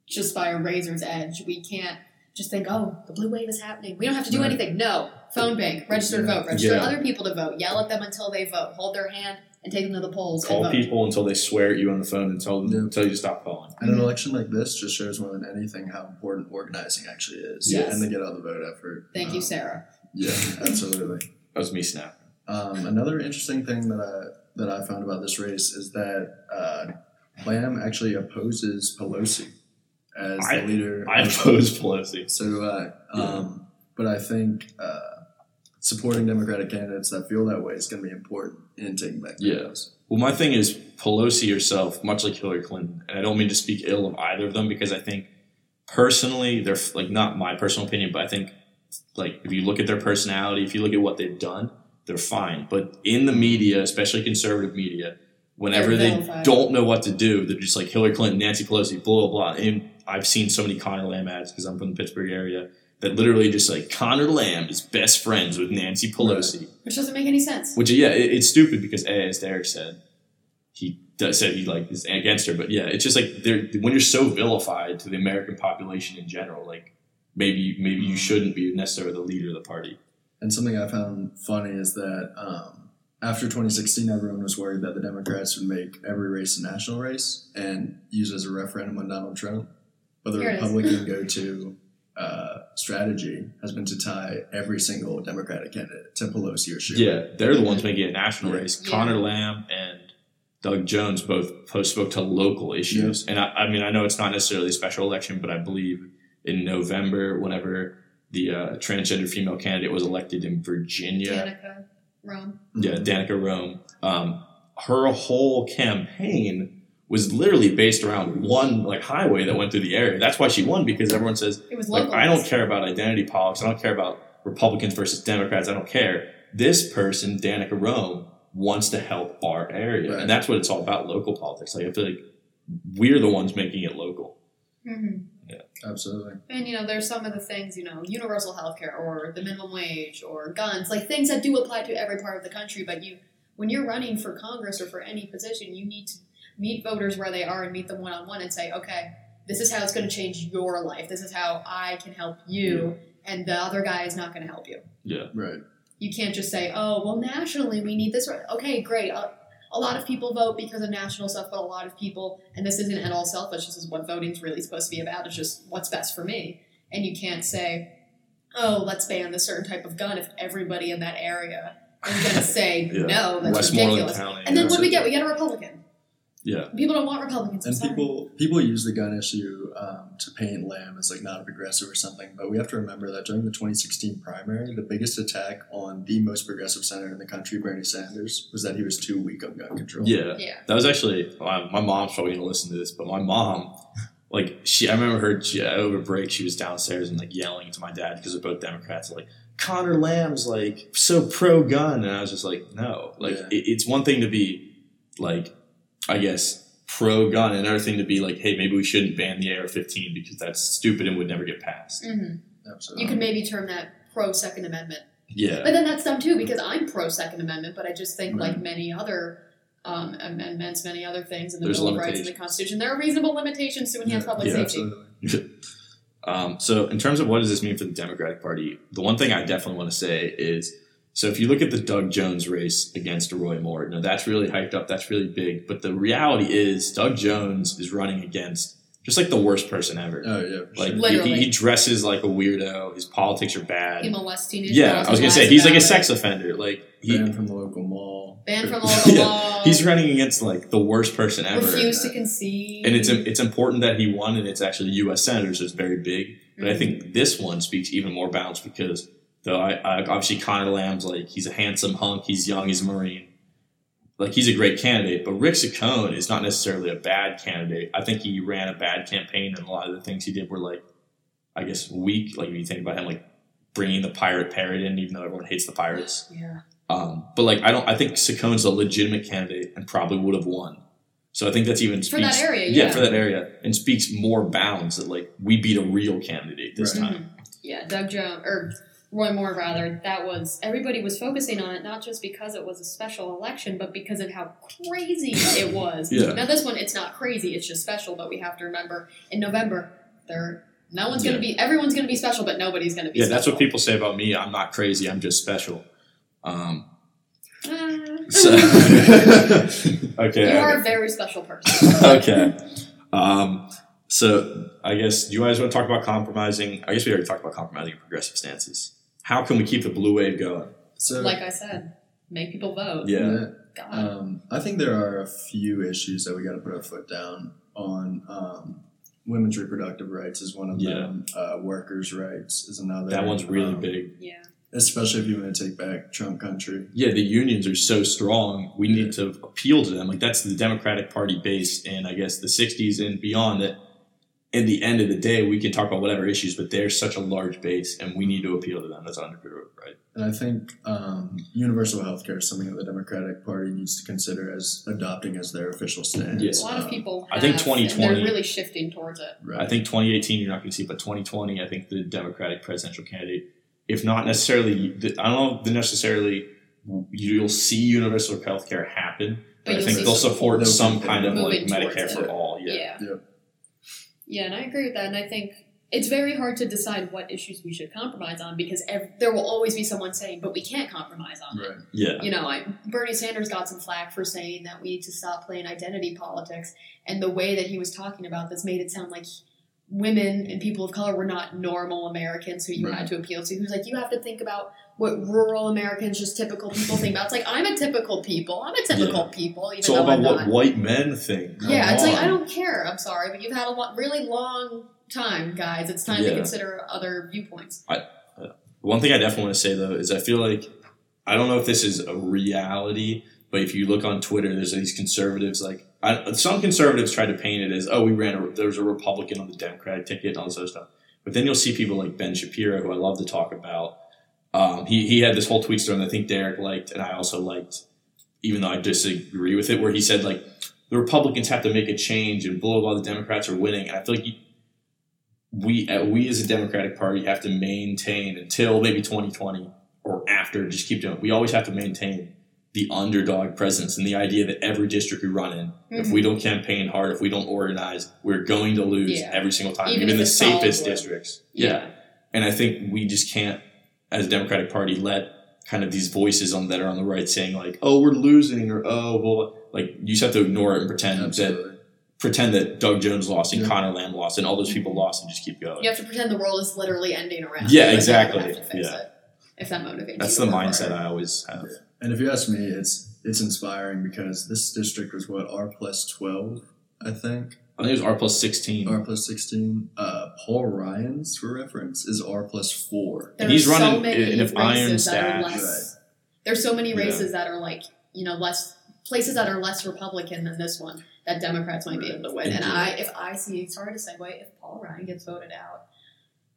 Speaker 2: just by a razor's edge. We can't just think, oh, the blue wave is happening. We don't have to do
Speaker 3: Right.
Speaker 2: anything. No. Phone bank, register to
Speaker 3: Yeah.
Speaker 2: vote, register
Speaker 1: Yeah.
Speaker 2: other people to vote, yell at them until they vote, hold their hand, and take them to the polls. and
Speaker 1: call
Speaker 2: vote.
Speaker 1: people until they swear at you on the phone and tell them
Speaker 3: Yeah.
Speaker 1: tell you to stop calling.
Speaker 3: And an election like this just shows more than anything how important organizing actually is.
Speaker 2: Yes.
Speaker 3: And the get out the vote effort.
Speaker 2: Thank you,
Speaker 3: Um,
Speaker 2: Sarah.
Speaker 3: Yeah, absolutely.
Speaker 1: That was me snapping.
Speaker 3: Um, another interesting thing that I, that I found about this race is that uh, Lamb actually opposes Pelosi as
Speaker 1: I-
Speaker 3: the leader.
Speaker 1: I
Speaker 3: of-
Speaker 1: oppose Pelosi.
Speaker 3: So do I. Um, but I think uh, supporting Democratic candidates that feel that way is going to be important in taking back. the
Speaker 1: Yeah.
Speaker 3: house.
Speaker 1: Well, my thing is Pelosi herself, much like Hillary Clinton, and I don't mean to speak ill of either of them because I think personally, they're like not my personal opinion, but I think like if you look at their personality, if you look at what they've done, they're fine. But in the media, especially conservative media, whenever
Speaker 2: They're
Speaker 1: they
Speaker 2: vilified.
Speaker 1: don't know what to do, they're just like Hillary Clinton, Nancy Pelosi, blah blah blah. And I've seen so many Connor Lamb ads because I'm from the Pittsburgh area that literally just like Connor Lamb is best friends with Nancy Pelosi.
Speaker 2: Which doesn't make any sense.
Speaker 1: Which yeah, it, it's stupid because A, as Derek said, he does, said he like is against her, but yeah, it's just like they're when you're so vilified to the American population in general, like maybe maybe you shouldn't be necessarily the leader of the party.
Speaker 3: And something I found funny is that um, after 2016, everyone was worried that the Democrats would make every race a national race and use it as a referendum on Donald Trump. But the
Speaker 2: Here it is.
Speaker 3: Republican go to uh, strategy has been to tie every single Democratic candidate to Pelosi or Schumer.
Speaker 1: Yeah, they're the ones making it a national race.
Speaker 2: Yeah.
Speaker 1: Connor Lamb and Doug Jones both po- spoke to local issues, and I, I mean I know it's not necessarily a special election, but I believe in November, whenever the uh, transgender female candidate was elected in Virginia,
Speaker 2: Danica, Rome.
Speaker 1: yeah, Danica Rome, um, her whole campaign was literally based around one like highway that went through the area. That's why she won because everyone says
Speaker 2: It was
Speaker 1: like
Speaker 2: local.
Speaker 1: I don't care about identity politics. I don't care about Republicans versus Democrats. I don't care. This person, Danica Rome, wants to help our area,
Speaker 3: Right.
Speaker 1: and that's what it's all about. Local politics. Like I feel like we're the ones making it local.
Speaker 2: Mhm.
Speaker 3: Absolutely.
Speaker 2: And you know, there's some of the things, you know, universal health care or the minimum wage or guns, like things that do apply to every part of the country, but you when you're running for Congress or for any position, you need to meet voters where they are and meet them one on one and say, Okay, this is how it's gonna change your life. This is how I can help you and the other guy is not gonna help you.
Speaker 3: Right.
Speaker 2: You can't just say, Oh, well nationally we need this right okay, great. Uh, a lot of people vote because of national stuff, but a lot of people, and this isn't at all selfish, this is what voting's really supposed to be about, it's just what's best for me. And you can't say, oh, let's ban this certain type of gun if everybody in that area is going to say,
Speaker 1: Yeah.
Speaker 2: no, that's
Speaker 1: Westmoreland
Speaker 2: ridiculous.
Speaker 1: County.
Speaker 2: And then
Speaker 1: yeah.
Speaker 2: what do we get? We get a Republican.
Speaker 1: Yeah.
Speaker 2: People don't want Republicans. I'm
Speaker 3: And
Speaker 2: sorry.
Speaker 3: people people use the gun issue um, to paint Lamb as like not a progressive or something, but we have to remember that during the 2016 primary, the biggest attack on the most progressive senator in the country, Bernie Sanders, was that he was too weak on gun control.
Speaker 1: yeah.
Speaker 2: yeah.
Speaker 1: That was actually my, my mom's probably gonna listen to this, but my mom, uh, like she, I remember her she, over break, she was downstairs and like yelling to my dad because they're both Democrats, like Connor Lamb's like so pro gun, and I was just like, no. Like
Speaker 3: Yeah.
Speaker 1: it, it's one thing to be like, I guess pro gun, and another thing to be like, hey, maybe we shouldn't ban the AR-15 because that's stupid and would never get passed.
Speaker 2: Mhm.
Speaker 3: Absolutely.
Speaker 2: You could maybe term that pro Second Amendment.
Speaker 1: Yeah,
Speaker 2: But then that's dumb too, because I'm pro Second Amendment, but I just think, like
Speaker 1: Mm-hmm.
Speaker 3: Right.
Speaker 2: many other um, amendments, many other things in the
Speaker 1: There's
Speaker 2: Bill of Rights and the
Speaker 1: limitations.
Speaker 2: Constitution, there are reasonable limitations to enhance
Speaker 3: Yeah,
Speaker 2: public
Speaker 1: yeah,
Speaker 2: safety.
Speaker 3: Absolutely.
Speaker 1: Um, so, in terms of what does this mean for the Democratic Party, the one thing I definitely want to say is so if you look at the Doug Jones race against Roy Moore, you know, that's really hyped up, that's really big. But the reality is, Doug Jones is running against just like the worst person ever.
Speaker 3: Oh yeah.
Speaker 1: like,
Speaker 3: for sure.
Speaker 1: he- he,
Speaker 2: Literally.
Speaker 1: he dresses like a weirdo, his politics are bad.
Speaker 2: He molests teenage
Speaker 1: yeah,
Speaker 2: girls
Speaker 1: I was
Speaker 2: and
Speaker 1: going to say,
Speaker 2: lies
Speaker 1: he's like a
Speaker 2: about it.
Speaker 1: sex offender. Like, he,
Speaker 3: banned from the local mall.
Speaker 2: Banned
Speaker 1: Yeah.
Speaker 2: from all the law.
Speaker 1: he's running against like the worst person ever.
Speaker 2: refused to concede.
Speaker 1: and it's it's important that he won, and it's actually U.S. senators, so it's very big. But I think this one speaks even more balance because though I, I obviously Connor Lamb's like he's a handsome hunk, he's young, he's a Marine, like he's a great candidate. But Rick Saccone is not necessarily a bad candidate. I think he ran a bad campaign, and a lot of the things he did were like, I guess, weak. Like if you think about him, like bringing the pirate parrot in, even though everyone hates the pirates.
Speaker 2: yeah.
Speaker 1: Um, but like I don't, I think Saccone's a legitimate candidate and probably would have won. So I think that's even
Speaker 2: For
Speaker 1: speaks,
Speaker 2: that area, yeah.
Speaker 1: for that area, and speaks more bounds that like we beat a real candidate this
Speaker 3: Right.
Speaker 1: time.
Speaker 2: Mhm. Yeah, Doug Jones or Roy Moore rather. That was everybody was focusing on it not just because it was a special election, but because of how crazy it was.
Speaker 1: Yeah.
Speaker 2: Now this one, it's not crazy; it's just special. But we have to remember in November, there no one's going to be everyone's going to be special, but nobody's going to be.
Speaker 1: Yeah, that's
Speaker 2: special.
Speaker 1: what people say about me. I'm not crazy. I'm just special. Um,
Speaker 2: Ah.
Speaker 1: so okay, I-
Speaker 2: you are a very special person.
Speaker 1: okay. Um, so I guess do you guys want to talk about compromising. I guess we already talked about compromising and progressive stances. How can we keep the blue wave going?
Speaker 3: So
Speaker 2: like I said, make people vote.
Speaker 1: Yeah.
Speaker 2: God.
Speaker 3: Um, I think there are a few issues that we got to put our foot down on. Um, women's reproductive rights is one of
Speaker 1: Yeah.
Speaker 3: them. Uh, workers' rights is another.
Speaker 1: That one's really
Speaker 3: Um,
Speaker 1: big.
Speaker 2: yeah.
Speaker 3: especially if you want to take back Trump country.
Speaker 1: yeah, the unions are so strong. We need to appeal to them. Like that's the Democratic Party base, and I guess the '60s and beyond. That, in the end of the day, we can talk about whatever issues, but they're such a large base, and we need to appeal to them. That's underrated, right?
Speaker 3: And I think um, universal health care is something that the Democratic Party needs to consider as adopting as their official stance.
Speaker 1: Yes.
Speaker 2: A lot of
Speaker 3: Um,
Speaker 2: people.
Speaker 1: Uh, I think
Speaker 2: have, And
Speaker 1: 2020
Speaker 2: they're really shifting towards it.
Speaker 3: Right.
Speaker 1: I think 2018 you're not going to see, but 2020 I think the Democratic presidential candidate, if not necessarily, the- I don't know if the necessarily you'll see universal health care happen, but, I
Speaker 2: you'll
Speaker 1: think
Speaker 2: see
Speaker 1: they'll
Speaker 2: some-
Speaker 1: support
Speaker 3: They'll
Speaker 1: some
Speaker 3: support
Speaker 1: kind of
Speaker 2: it.
Speaker 1: like
Speaker 2: Moving towards
Speaker 1: Medicare
Speaker 2: it.
Speaker 1: for all. Yeah.
Speaker 2: Yeah.
Speaker 3: Yeah.
Speaker 2: Yeah, and I agree with that. And I think it's very hard to decide what issues we should compromise on because ev- there will always be someone saying, but we can't compromise on
Speaker 3: Right.
Speaker 1: yeah.
Speaker 2: it. You know, I, Bernie Sanders got some flack for saying that we need to stop playing identity politics. And the way that he was talking about this made it sound like women and people of color were not normal Americans who you had
Speaker 3: Right.
Speaker 2: to appeal to. He was like, you have to think about what rural Americans, just typical people, think about. It's like, I'm a typical people. I'm a typical people, even
Speaker 1: It's all
Speaker 2: though
Speaker 1: about
Speaker 2: I'm
Speaker 1: what
Speaker 2: not.
Speaker 1: white men think. Come
Speaker 2: Yeah, it's like
Speaker 1: on.
Speaker 2: I don't care. I'm sorry, but you've had a lo- really long time, guys. It's time
Speaker 1: Yeah.
Speaker 2: to consider other viewpoints.
Speaker 1: One thing I definitely want to say though is I feel like I don't know if this is a reality, but if you look on Twitter, there's these conservatives like I, some conservatives try to paint it as oh we ran a, there was a Republican on the Democratic ticket and all this other stuff, but then you'll see people like Ben Shapiro who I love to talk about. Um, he he had this whole tweet storm that I think Derek liked and I also liked, even though I disagree with it, where he said like the Republicans have to make a change and blah blah. blah, The Democrats are winning, and I feel like you, we uh, we as a Democratic Party have to maintain until maybe 2020 or after. Just keep doing. It. We always have to maintain the underdog presence and the idea that every district we run in,
Speaker 2: Mm-hmm.
Speaker 1: if we don't campaign hard, if we don't organize, we're going to lose
Speaker 2: Yeah.
Speaker 1: every single time,
Speaker 2: Even
Speaker 1: even
Speaker 2: if
Speaker 1: the
Speaker 2: it's solid
Speaker 1: safest
Speaker 2: wood.
Speaker 1: districts. yeah, and I think we just can't, as a Democratic Party, let kind of these voices on that are on the right saying like, "Oh, we're losing," or "Oh, well," like you just have to ignore it and pretend that
Speaker 3: Absolutely.
Speaker 1: pretend that Doug Jones lost and
Speaker 3: Yeah.
Speaker 1: Connor Lamb lost and all those people lost and just keep going.
Speaker 2: you have to pretend the world is literally ending around.
Speaker 1: Yeah,
Speaker 2: you, like, you
Speaker 1: exactly.
Speaker 2: have to fix
Speaker 1: Yeah.
Speaker 2: it, if that motivates.
Speaker 1: That's
Speaker 2: you
Speaker 1: the
Speaker 2: to work
Speaker 1: mindset
Speaker 2: harder.
Speaker 1: I always have.
Speaker 3: And if you ask me, it's it's inspiring because this district was what R plus twelve, I think,
Speaker 1: I think it was R plus sixteen.
Speaker 3: R plus sixteen. Uh, Paul Ryan's, for reference, is R plus four.
Speaker 2: There
Speaker 1: And he's
Speaker 2: are so
Speaker 1: running
Speaker 2: many
Speaker 1: in an iron
Speaker 2: races that
Speaker 1: staff.
Speaker 2: are less. There's so many
Speaker 1: Yeah.
Speaker 2: races that are like you know less places that are less Republican than this one that Democrats might be able to win. And
Speaker 1: Indeed.
Speaker 2: I, if I see, sorry to segue, if Paul Ryan gets voted out,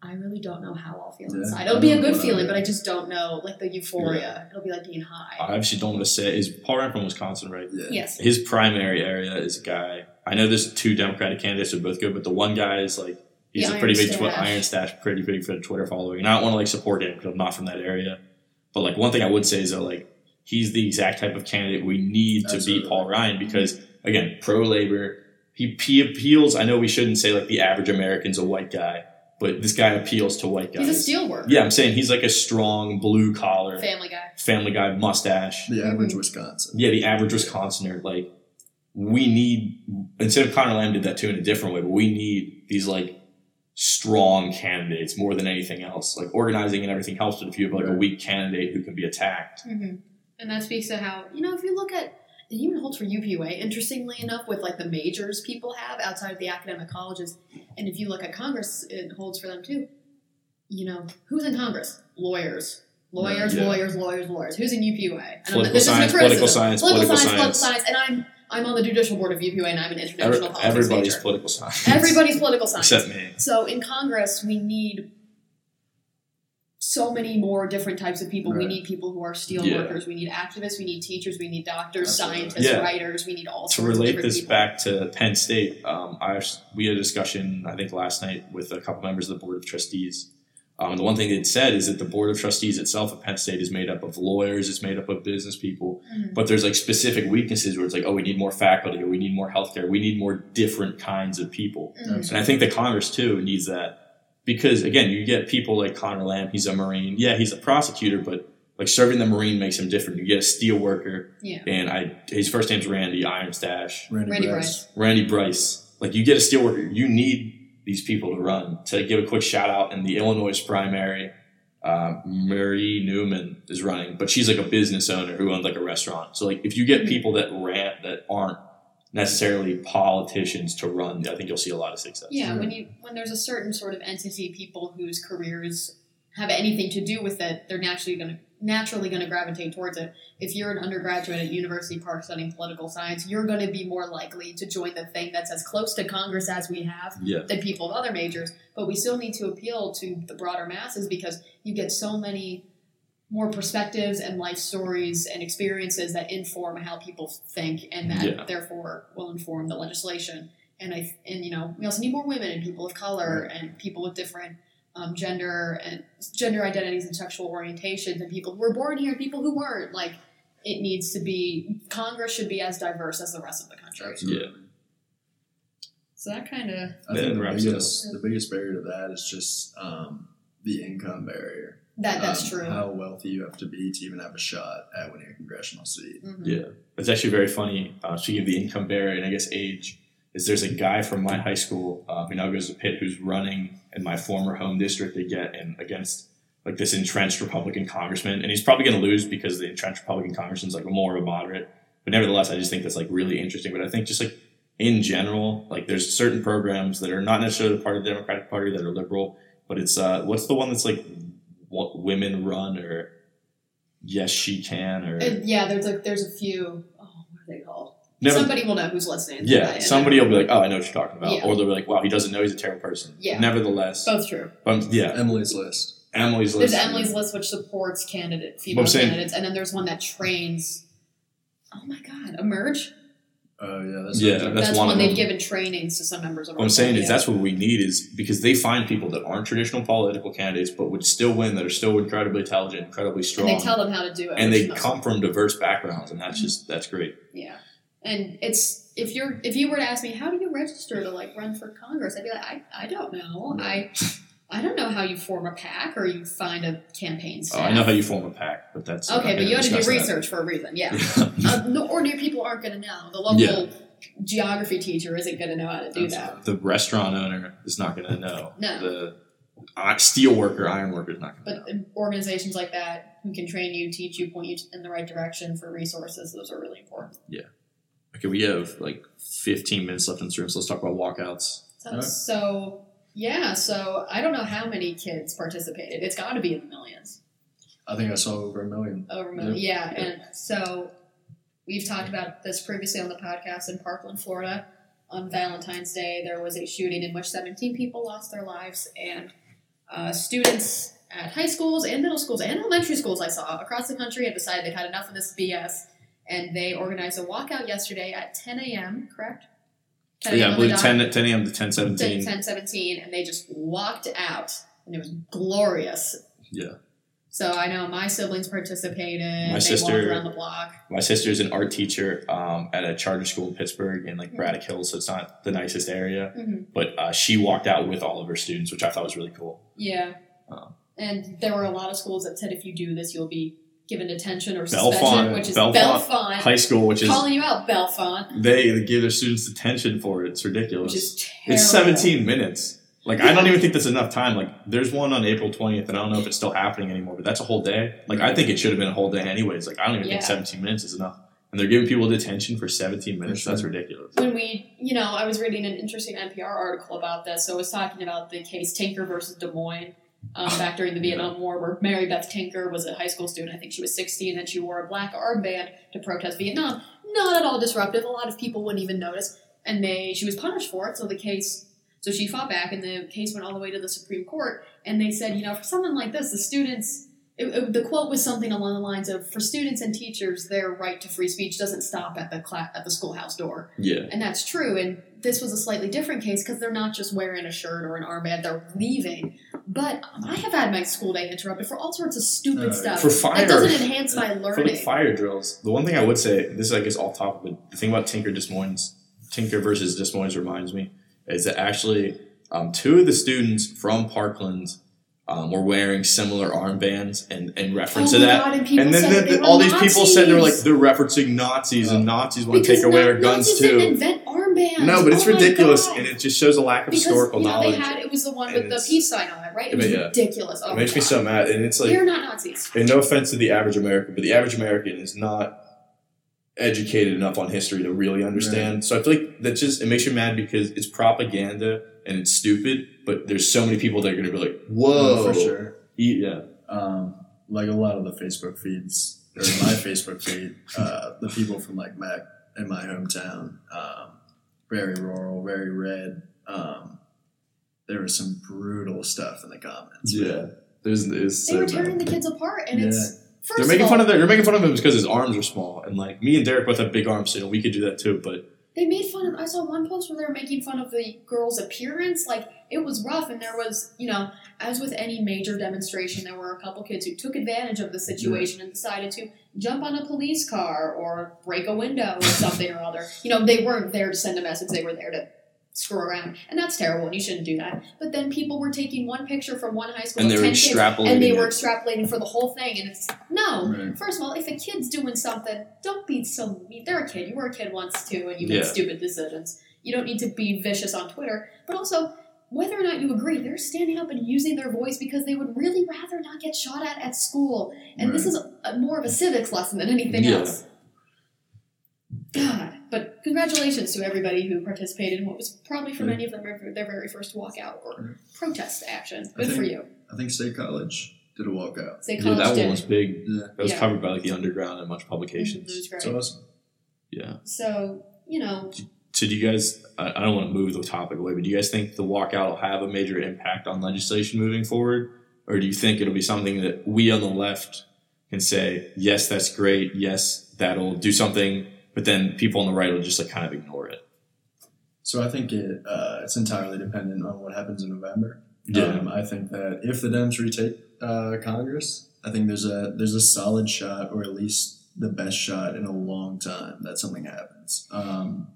Speaker 2: I really don't know how I'll feel
Speaker 3: Yeah,
Speaker 2: inside.
Speaker 3: I
Speaker 2: It'll be a
Speaker 3: don't
Speaker 2: good
Speaker 3: know.
Speaker 2: feeling, but I just don't know, like the euphoria. It'll be like being high.
Speaker 1: I actually don't want to say. Is Paul Ryan from Wisconsin, right?
Speaker 3: Yeah.
Speaker 2: yes.
Speaker 1: His primary area is a guy. I know there's two Democratic candidates who are both good, but the one guy is like he's
Speaker 2: The
Speaker 1: a pretty
Speaker 2: Iron
Speaker 1: big twi-
Speaker 2: Stash.
Speaker 1: iron stash, pretty big for the Twitter following. And I don't want to like support him because I'm not from that area. But like one thing I would say is that like he's the exact type of candidate we need to
Speaker 3: Absolutely.
Speaker 1: beat Paul Ryan because again, pro labor. He, he appeals. I know we shouldn't say like the average American's a white guy, but this guy appeals to white guys.
Speaker 2: He's a steel worker.
Speaker 1: Yeah, I'm saying he's like a strong blue collar
Speaker 2: Family guy.
Speaker 1: family guy mustache.
Speaker 3: The average
Speaker 2: Mhm.
Speaker 3: Wisconsin.
Speaker 1: Yeah, the average Wisconsiner. Like, we need instead of Connor Lamb did that too in a different way, but we need these like strong candidates more than anything else. Like organizing and everything helps, but if you have like a
Speaker 3: Right.
Speaker 1: weak candidate who can be attacked,
Speaker 2: Mm-hmm. And that speaks to how, you know, if you look at, it even holds for UPUA, interestingly enough, with like the majors people have outside of the academic colleges. And if you look at Congress, it holds for them too. You know, who's in Congress? Lawyers. Lawyers,
Speaker 1: Yeah.
Speaker 2: lawyers, lawyers, lawyers. Who's in UPUA? And
Speaker 1: Political
Speaker 2: this isn't a
Speaker 1: science, political
Speaker 2: criticism.
Speaker 1: science,
Speaker 2: political,
Speaker 1: political
Speaker 2: science, political
Speaker 1: science.
Speaker 2: science. And I'm I'm on the judicial board of UPUA, and I'm an
Speaker 1: Every-
Speaker 2: international politics
Speaker 1: everybody's
Speaker 2: major.
Speaker 1: political science.
Speaker 2: Everybody's political science.
Speaker 1: except me.
Speaker 2: So in Congress, we need so many more different types of people. We
Speaker 3: Right.
Speaker 2: need people who are steel
Speaker 1: Yeah.
Speaker 2: workers. We need activists. We need teachers. We need doctors,
Speaker 3: Absolutely.
Speaker 2: scientists,
Speaker 1: Yeah.
Speaker 2: writers. We need all
Speaker 1: to
Speaker 2: sorts of
Speaker 1: relate
Speaker 2: different
Speaker 1: this
Speaker 2: people.
Speaker 1: back to Penn State, um, I was- we had a discussion I think last night with a couple members of the board of trustees. Um, the one thing they'd said is that the board of trustees itself of Penn State is made up of lawyers, it's made up of business people,
Speaker 2: Mhm.
Speaker 1: but there's like specific weaknesses where it's like, oh, we need more faculty, or we need more healthcare, we need more different kinds of people.
Speaker 2: Mhm.
Speaker 1: And I think that Congress too needs that because again, you get people like Connor Lamb. He's a Marine. Yeah, he's a prosecutor, but like serving the Marine makes him different. You get a steel worker,
Speaker 2: Yeah.
Speaker 1: and I his first name's Randy Ironstash,
Speaker 2: Randy
Speaker 3: Bryce.
Speaker 1: Randy Bryce. Like you get a steel worker, you need these people to run. To give a quick shout out in the Illinois primary, uh, Mary Newman is running, but she's like a business owner who owns like a restaurant. So like if you get people that rant that aren't necessarily politicians to run, I think you'll see a lot of success.
Speaker 2: Yeah, when you when there's a certain sort of entity, people whose careers have anything to do with it, they're naturally going to naturally going to gravitate towards it. If you're an undergraduate at University Park studying political science, you're going to be more likely to join the thing that's as close to Congress as we have
Speaker 1: Yeah.
Speaker 2: than people of other majors. But we still need to appeal to the broader masses because you get so many more perspectives and life stories and experiences that inform how people think and that
Speaker 1: Yeah.
Speaker 2: therefore will inform the legislation. And I and you know we also need more women and people of color and people with different um, gender and gender identities and sexual orientations and people who were born here and people who weren't. Like it needs to be Congress should be as diverse as the rest of the country.
Speaker 3: Absolutely.
Speaker 2: So that kind of
Speaker 3: I
Speaker 1: Yeah,
Speaker 3: think the
Speaker 1: wraps it
Speaker 3: biggest, the biggest barrier to that is just um, the income barrier.
Speaker 2: that that's
Speaker 3: Um,
Speaker 2: true.
Speaker 3: How wealthy you have to be to even have a shot at winning a congressional seat.
Speaker 2: Mhm.
Speaker 1: Yeah. It's actually very funny. Uh, speaking of the income barrier and I guess age, is there's a guy from my high school uh, who now goes to Pitt who's running in my former home district again and against like this entrenched Republican congressman, and he's probably going to lose because the entrenched Republican congressman's like more of a moderate. But nevertheless, I just think that's like really interesting. But I think just like in general, like there's certain programs that are not necessarily part of the Democratic Party that are liberal, but it's uh, what's the one that's like what women run or yes she can or
Speaker 2: Uh, yeah, there's a there's a few. Oh, what are they called?
Speaker 1: Never-
Speaker 2: somebody will know who's listening. to that,
Speaker 1: Yeah,
Speaker 2: and
Speaker 1: somebody will be like, "Oh, I know what you're talking about,"
Speaker 2: Yeah.
Speaker 1: or they'll be like, "Wow, he doesn't know he's a terrible person."
Speaker 2: Yeah.
Speaker 1: Nevertheless,
Speaker 2: both true.
Speaker 1: um, yeah,
Speaker 3: Emily's list.
Speaker 1: Emily's
Speaker 2: There's
Speaker 1: list.
Speaker 2: Emily's list, which supports candidate female
Speaker 1: I'm saying-
Speaker 2: candidates, and then there's one that trains. Oh my God, emerge.
Speaker 3: Oh yeah, that's
Speaker 1: Yeah,
Speaker 3: another-
Speaker 1: that's
Speaker 2: That's
Speaker 1: one
Speaker 2: when
Speaker 1: of
Speaker 2: they've
Speaker 1: them.
Speaker 2: given trainings to some members of.
Speaker 1: What
Speaker 2: our
Speaker 1: I'm saying
Speaker 2: party.
Speaker 1: is that's what we need is because they find people that aren't traditional political candidates but would still win that are still incredibly intelligent, incredibly
Speaker 2: and
Speaker 1: strong,
Speaker 2: they Mm-hmm. tell them how to do it,
Speaker 1: and
Speaker 2: which
Speaker 1: they
Speaker 2: is-
Speaker 1: come from diverse backgrounds, and that's just that's great.
Speaker 2: Yeah, and it's if you're if you were to ask me how do you register to like run for Congress, I'd be like, I, I don't know,
Speaker 1: Mm.
Speaker 2: I I don't know how you form a PAC or you find a campaign
Speaker 1: Oh,
Speaker 2: staff.
Speaker 1: I know how you form a pack, but that's uh,
Speaker 2: Okay, but you had
Speaker 1: have
Speaker 2: to do research for a reason. Yeah. uh, no, ordinary people aren't going to know. The local
Speaker 1: Yeah.
Speaker 2: geography teacher isn't going to know how to do that.
Speaker 1: the restaurant owner is not going to know.
Speaker 2: No.
Speaker 1: The uh, steel worker, iron worker is not going to know.
Speaker 2: But uh, organizations like that who can train you, teach you, point you in the right direction for resources, those are really important.
Speaker 1: Okay, we have like 15 minutes left in this room, so let's talk about walkouts.
Speaker 2: So,
Speaker 3: Alright.
Speaker 2: so, yeah, so I don't know how many kids participated. It's got to be in the millions.
Speaker 3: I think I saw over a million.
Speaker 2: Over a million. Yeah, and so we've talked about this previously on the podcast in Parkland, Florida. On Valentine's Day, there was a shooting in which 17 people lost their lives, and uh, students at high schools and middle schools and elementary schools I saw across the country had decided they'd had enough of this BS and they organized a walkout yesterday at 10 a.m., correct? 10
Speaker 1: yeah,
Speaker 2: a.m.
Speaker 1: I
Speaker 2: on
Speaker 1: believe
Speaker 2: the dot.
Speaker 1: 10, 10 a.m. to 10
Speaker 2: 10,
Speaker 1: 17.
Speaker 2: 10 17 and they just walked out and it was glorious
Speaker 1: Yeah.
Speaker 2: so i know my siblings participated
Speaker 1: My
Speaker 2: they walked
Speaker 1: sister-
Speaker 2: around the block
Speaker 1: My sister's an art teacher um, at a charter school in Pittsburgh in like Braddock Hills, so it's not the nicest area.
Speaker 2: Mhm.
Speaker 1: But uh, she walked out with all of her students, which I thought was really cool.
Speaker 2: yeah
Speaker 1: Oh.
Speaker 2: and there were a lot of schools that said if you do this you'll be given detention or
Speaker 1: Bellefonte.
Speaker 2: suspension which is
Speaker 1: Bellefonte.
Speaker 2: belfont,
Speaker 1: High school, which is
Speaker 2: calling you out belfont
Speaker 1: they, they give their students detention for it. It's ridiculous.
Speaker 2: which is terrible.
Speaker 1: It's 17 minutes. Like I don't even think that's enough time. Like there's one on April 20th, and I don't know if it's still happening anymore. But that's a whole day. Like I think it should have been a whole day anyways. Like I don't even think
Speaker 2: Yeah.
Speaker 1: 17 minutes is enough. And they're giving people detention for 17 minutes.
Speaker 3: sure.
Speaker 1: That's ridiculous.
Speaker 2: when we, you know, I was reading an interesting NPR article about this. So it was talking about the case Tinker versus Des Moines um, back during the
Speaker 1: Yeah.
Speaker 2: Vietnam War, where Mary Beth Tinker was a high school student. I think she was 16, and she wore a black armband to protest Vietnam. Not at all disruptive. A lot of people wouldn't even notice, and they she was punished for it. So the case. So she fought back, and the case went all the way to the Supreme Court. And they said, you know, for something like this, the students, it, it- the quote was something along the lines of, "For students and teachers, their right to free speech doesn't stop at the cla- at the schoolhouse door."
Speaker 1: Yeah,
Speaker 2: And that's true. And this was a slightly different case because they're not just wearing a shirt or an armband, they're leaving. But I have had my school day interrupted for all sorts of stupid
Speaker 3: Uh,
Speaker 2: stuff.
Speaker 1: for fire.
Speaker 2: That doesn't enhance my
Speaker 1: for like
Speaker 2: learning.
Speaker 1: fire drills. The one thing I would say, this is I guess off topic, but the thing about Tinker Des Moines, Tinker versus Des Moines reminds me is that actually um, two of the students from Parkland um, were wearing similar armbands, and in
Speaker 2: Oh
Speaker 1: reference
Speaker 2: my
Speaker 1: to that,
Speaker 2: God, and people
Speaker 1: and then
Speaker 2: said
Speaker 1: the-
Speaker 2: that they
Speaker 1: the-
Speaker 2: were
Speaker 1: all these people said they were like
Speaker 2: Nazis.
Speaker 1: they're referencing Nazis and Nazis want to
Speaker 2: Because
Speaker 1: take away
Speaker 2: Na-
Speaker 1: our guns
Speaker 2: Nazis
Speaker 1: too.
Speaker 2: Didn't invent armbands.
Speaker 1: No, but it's
Speaker 2: Oh my
Speaker 1: ridiculous,
Speaker 2: God.
Speaker 1: and it just shows a lack of
Speaker 2: because,
Speaker 1: historical
Speaker 2: you know,
Speaker 1: knowledge.
Speaker 2: They had, it was the one
Speaker 1: and
Speaker 2: with the
Speaker 1: it's-
Speaker 2: peace sign on it, right? It
Speaker 1: But
Speaker 2: was
Speaker 1: yeah.
Speaker 2: ridiculous. Oh
Speaker 1: it
Speaker 2: my
Speaker 1: makes me
Speaker 2: God.
Speaker 1: so mad, and it's like,
Speaker 2: They're not Nazis.
Speaker 1: and no offense to the average American, but the average American is not educated enough on history to really understand. So I feel like that just it makes you mad because it's propaganda and it's stupid, but there's so many people that are going to be like, "Whoa, E,
Speaker 3: for sure.
Speaker 1: yeah,
Speaker 3: um, like a lot of the Facebook feeds or my Facebook feed, uh, the people from like my in my hometown, um, very rural, very red. Um, there was some brutal stuff in the comments.
Speaker 1: yeah." There's, there's
Speaker 2: They were tearing the kids apart, and it's first
Speaker 1: They're making
Speaker 2: of all,
Speaker 1: fun of their, they're making fun of him because his arms are small, and like me and Derek both have big arms, so you know, we could do that too. But
Speaker 2: They made fun of. I saw one post where they were making fun of the girl's appearance. Like it was rough, and there was, you know, as with any major demonstration, there were a couple kids who took advantage of the situation and decided to jump on a police car or break a window or something or other. You know, they weren't there to send a message; they were there to screw around, and that's terrible. And you shouldn't do that. But then people were taking one picture from one high school
Speaker 1: and they
Speaker 2: of
Speaker 1: were
Speaker 2: ten kids,
Speaker 1: extrapolating.
Speaker 2: and they
Speaker 1: it.
Speaker 2: were extrapolating for the whole thing. And it's no,
Speaker 3: Right.
Speaker 2: First of all, if a kid's doing something, don't be so mean. They're a kid. You were a kid once too, and you made
Speaker 1: Yeah.
Speaker 2: stupid decisions. You don't need to be vicious on Twitter. But also, whether or not you agree, they're standing up and using their voice because they would really rather not get shot at at school. And this
Speaker 3: Right.
Speaker 2: is a, more of a civics lesson than anything
Speaker 1: Yeah.
Speaker 2: else. God. But congratulations to everybody who participated in what was probably for
Speaker 3: Yeah.
Speaker 2: many of them their their very first walkout or protest action.
Speaker 3: I
Speaker 2: Good for
Speaker 3: think-
Speaker 2: you.
Speaker 3: I think State College did a walkout.
Speaker 2: Say
Speaker 1: yeah,
Speaker 2: college
Speaker 1: that
Speaker 2: did.
Speaker 1: one was big.
Speaker 3: Yeah,
Speaker 1: That was
Speaker 2: Yeah.
Speaker 1: covered by like the underground and much publications.
Speaker 2: It was great.
Speaker 3: it's awesome.
Speaker 1: Yeah.
Speaker 2: So, you know,
Speaker 1: So do you guys? I I don't want to move the topic away, but do you guys think the walkout will have a major impact on legislation moving forward, or do you think it'll be something that we on the left can say, yes, that's great, yes, that'll do something, but then people on the right will just like kind of ignore it?
Speaker 3: So I think it uh, it's entirely dependent on what happens in November.
Speaker 1: Yeah.
Speaker 3: Um, I think that if the Dems retake uh, Congress, I think there's a there's a solid shot, or at least the best shot in a long time, that something happens. Um,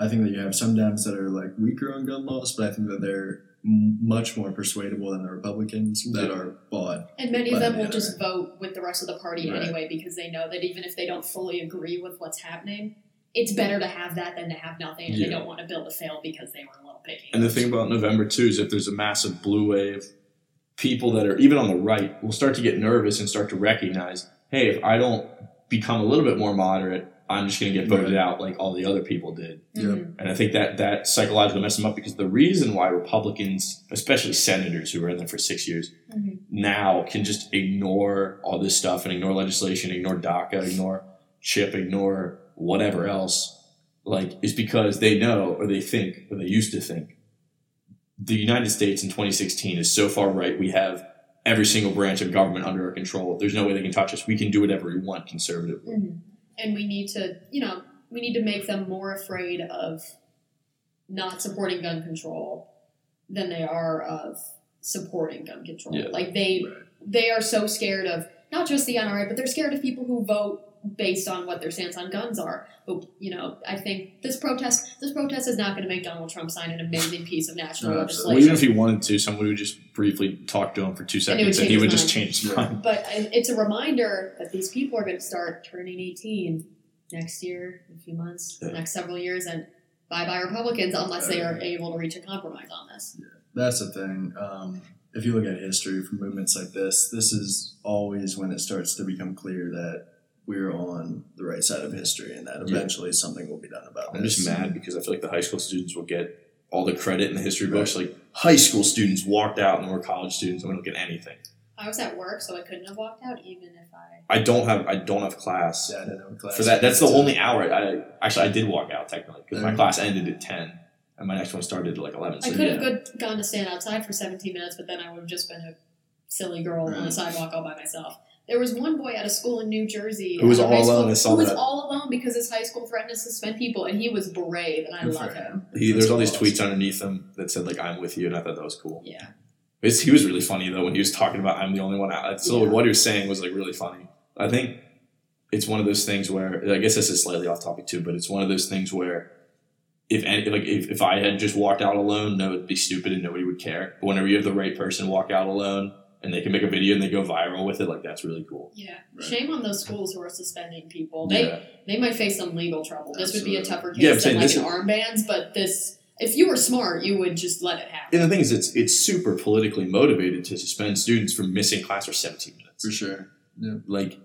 Speaker 3: I think that you have some Dems that are like weaker on gun laws, but I think that they're m- much more persuadable than the Republicans that are bought.
Speaker 2: And many of
Speaker 3: But,
Speaker 2: them will
Speaker 3: yeah,
Speaker 2: just vote with the rest of the party
Speaker 3: Right.
Speaker 2: anyway because they know that even if they don't fully agree with what's happening, it's better to have that than to have nothing. And they
Speaker 1: Yeah.
Speaker 2: don't want to build a fail because they were a little picky.
Speaker 1: And the thing about November too is if there's a massive blue wave, people that are even on the right will start to get nervous and start to recognize, hey, if I don't become a little bit more moderate, I'm just going to get voted out like all the other people did.
Speaker 2: Mhm.
Speaker 1: And I think that that psychologically messed them up because the reason why Republicans, especially senators who were in there for six years,
Speaker 2: Mhm.
Speaker 1: now can just ignore all this stuff and ignore legislation, ignore DACA, ignore CHIP, ignore whatever else, like, is because they know or they think or they used to think the United States in 2016 is so far right. We have every single branch of government under our control. There's no way they can touch us. We can do whatever we want conservatively.
Speaker 2: Mhm. And we need to, you know, we need to make them more afraid of not supporting gun control than they are of supporting gun control.
Speaker 1: Yeah.
Speaker 2: Like they
Speaker 3: Right.
Speaker 2: they are so scared of not just the NRA, but they're scared of people who vote based on what their stance on guns are. But you know, I think this protest this protest is not going to make Donald Trump sign an amazing piece of national
Speaker 3: No, absolutely.
Speaker 1: Well,
Speaker 2: legislation.
Speaker 1: even if he wanted to, somebody would just briefly talk to him for two
Speaker 2: And he would
Speaker 1: seconds, and he
Speaker 2: change
Speaker 1: would
Speaker 2: his
Speaker 1: just change his mind.
Speaker 2: But I- it's a reminder that these people are going to start turning 18 next year, in a few months, the
Speaker 1: Yeah.
Speaker 2: next several years, and bye bye Republicans unless they are able to reach a compromise on this.
Speaker 3: That's the thing. Um, if you look at history for movements like this, this is always when it starts to become clear that we're on the right side of history and that
Speaker 1: Yeah.
Speaker 3: eventually something will be done about
Speaker 1: I'm
Speaker 3: this.
Speaker 1: just mad because I feel like the high school students will get all the credit in the history books. Like high school students walked out, and we're college students, and we don't get anything.
Speaker 2: I was at work, so I couldn't have walked out even if I.
Speaker 1: I don't have I don't have class
Speaker 3: Yeah, I didn't have a class.
Speaker 1: for that. That's the only hour. I actually I did walk out technically because my
Speaker 3: Mhm.
Speaker 1: class ended at ten, and my next one started at like eleven. So
Speaker 2: I could
Speaker 1: yeah.
Speaker 2: have good, gone to stand outside for 17 minutes, but then I would have just been a silly girl on the
Speaker 3: Right.
Speaker 2: sidewalk all by myself. There was one boy at a school in New Jersey
Speaker 1: Who was
Speaker 2: at a high
Speaker 1: all alone,
Speaker 2: school
Speaker 1: I saw
Speaker 2: who was
Speaker 1: that.
Speaker 2: all alone because his high school threatened to suspend people, and he was brave, and I
Speaker 3: Good for
Speaker 2: love him.
Speaker 1: He, there's all these
Speaker 3: That's
Speaker 1: tweets underneath him that said like "I'm with you," and I thought that was cool.
Speaker 2: Yeah.
Speaker 1: It's, he was really funny though when he was talking about "I'm the only one out." So
Speaker 2: Yeah.
Speaker 1: what he was saying was like really funny. I think it's one of those things where I guess this is slightly off topic too, but it's one of those things where if any, like if, if I had just walked out alone, no, it'd be stupid and nobody would care. But whenever you have the right person walk out alone and they can make a video and they go viral with it, like that's really cool.
Speaker 2: Yeah.
Speaker 3: Right.
Speaker 2: Shame on those schools who are suspending people. They
Speaker 1: yeah.
Speaker 2: they might face some legal trouble. This would be a tougher case
Speaker 1: Yeah, I'm
Speaker 2: than
Speaker 1: saying
Speaker 2: like
Speaker 1: this
Speaker 2: an armbands, but this if you were smart, you would just let it happen.
Speaker 1: And the thing is, it's it's super politically motivated to suspend students from missing class for 17 minutes.
Speaker 3: For sure.
Speaker 1: like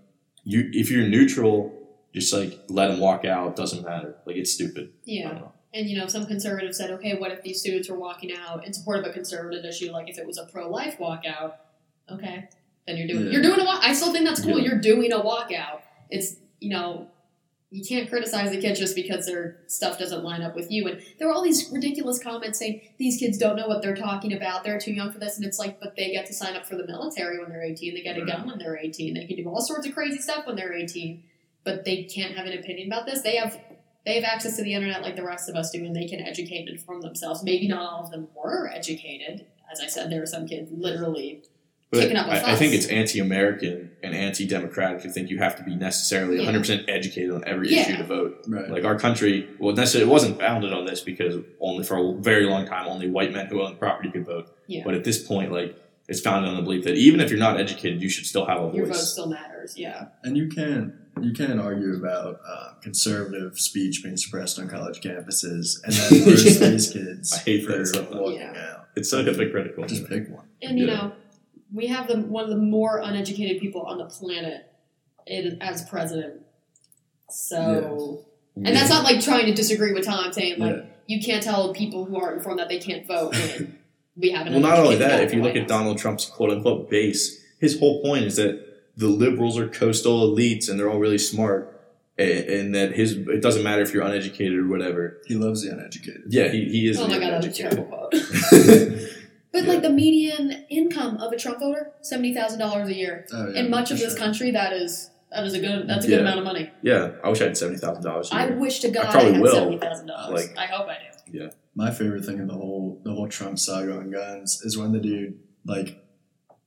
Speaker 1: you if you're neutral just like let them walk out doesn't matter like it's stupid I
Speaker 2: Yeah.
Speaker 1: don't know.
Speaker 2: And you know, some conservative said, Okay, what if these students were walking out in support of a conservative issue, like if it was a pro life walkout, okay. Then you're doing
Speaker 3: Yeah.
Speaker 2: you're doing a walk I still think that's cool.
Speaker 1: Yeah.
Speaker 2: You're doing a walkout. It's you know, you can't criticize the kids just because their stuff doesn't line up with you. And there were all these ridiculous comments saying these kids don't know what they're talking about. They're too young for this. And it's like, but they get to sign up for the military when they're 18. They get a gun when they're 18. They can do all sorts of crazy stuff when they're 18. But they can't have an opinion about this. They have they have access to the internet like the rest of us do, and they can educate and inform themselves. Maybe not all of them were educated. As I said, there were some kids literally.
Speaker 1: but
Speaker 2: Kicking up a
Speaker 1: I, I
Speaker 2: fuss.
Speaker 1: think it's anti-american and anti-democratic to think you have to be necessarily
Speaker 2: Yeah.
Speaker 1: 100% educated on every
Speaker 2: Yeah.
Speaker 1: issue to vote
Speaker 3: Right.
Speaker 1: like our country well necessarily it wasn't founded on this because only for a very long time only white men who owned property could vote
Speaker 2: Yeah.
Speaker 1: but at this point like it's founded on the belief that even if you're not educated you should still have a
Speaker 2: Your vote
Speaker 1: voice
Speaker 2: still matters. Yeah.
Speaker 3: And you can you can argue about uh, conservative speech being suppressed on college campuses, and then roast these kids
Speaker 1: I hate that
Speaker 3: for
Speaker 1: so much.
Speaker 3: walking
Speaker 1: it's so hypocritical
Speaker 3: out. Just pick one.
Speaker 2: And you
Speaker 1: Yeah.
Speaker 2: know, we have the one of the more uneducated people on the planet in, as president. So, and that's not like trying to disagree with Tom. I'm saying like you can't tell people who aren't informed that they can't vote. When we have an
Speaker 1: Well, not only
Speaker 2: uneducated
Speaker 1: that,
Speaker 2: guy
Speaker 1: if
Speaker 2: in
Speaker 1: you
Speaker 2: the
Speaker 1: look
Speaker 2: White
Speaker 1: at
Speaker 2: House.
Speaker 1: Donald Trump's quote unquote base, his whole point is that the liberals are coastal elites and they're all really smart, and, and that his it doesn't matter if you're uneducated or whatever.
Speaker 3: He loves the uneducated.
Speaker 1: Yeah, he, he is.
Speaker 2: oh my god, that was a terrible quote.
Speaker 1: uneducated.
Speaker 2: But like the median income of a Trump voter, seventy thousand dollars a year.
Speaker 3: Oh, yeah,
Speaker 2: In much
Speaker 3: for
Speaker 2: of this
Speaker 3: sure.
Speaker 2: country, that is that is a good that's a
Speaker 1: Yeah.
Speaker 2: good amount of money.
Speaker 1: yeah, I wish I had seventy thousand dollars.
Speaker 2: I wish to God I,
Speaker 1: probably
Speaker 2: had
Speaker 1: will.
Speaker 2: seventy thousand dollars.
Speaker 1: Like-
Speaker 2: I hope I do.
Speaker 3: my favorite thing of the whole the whole Trump saga on guns is when the dude like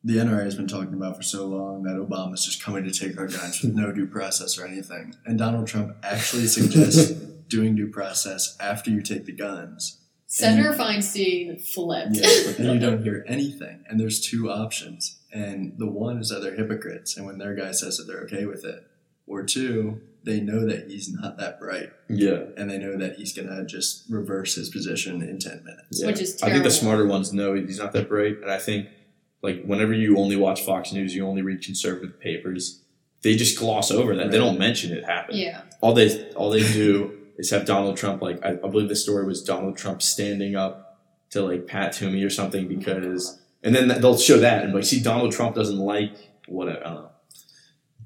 Speaker 3: the NRA has been talking about for so long that Obama's just coming to take our guns with no due process or anything, and Donald Trump actually suggests doing due process after you take the guns,
Speaker 2: Senator Feinstein flipped.
Speaker 3: and you don't hear anything. And there's two options, and the one is that they're hypocrites, and when their guy says that they're okay with it, or two, they know that he's not that bright,
Speaker 1: Yeah,
Speaker 3: and they know that he's gonna just reverse his position in ten minutes.
Speaker 1: yeah.
Speaker 2: Which is
Speaker 1: I think
Speaker 2: terrible.
Speaker 1: the smarter ones know he's not that bright, and I think like whenever you only watch Fox News, you only read conservative papers. They just gloss over that. They
Speaker 3: Right.
Speaker 1: don't mention it happened.
Speaker 2: Yeah.
Speaker 1: all they all they do is have Donald Trump like I, I believe the story was Donald Trump standing up to like Pat Toomey or something because and then they'll show that and like see Donald Trump doesn't like what I don't know.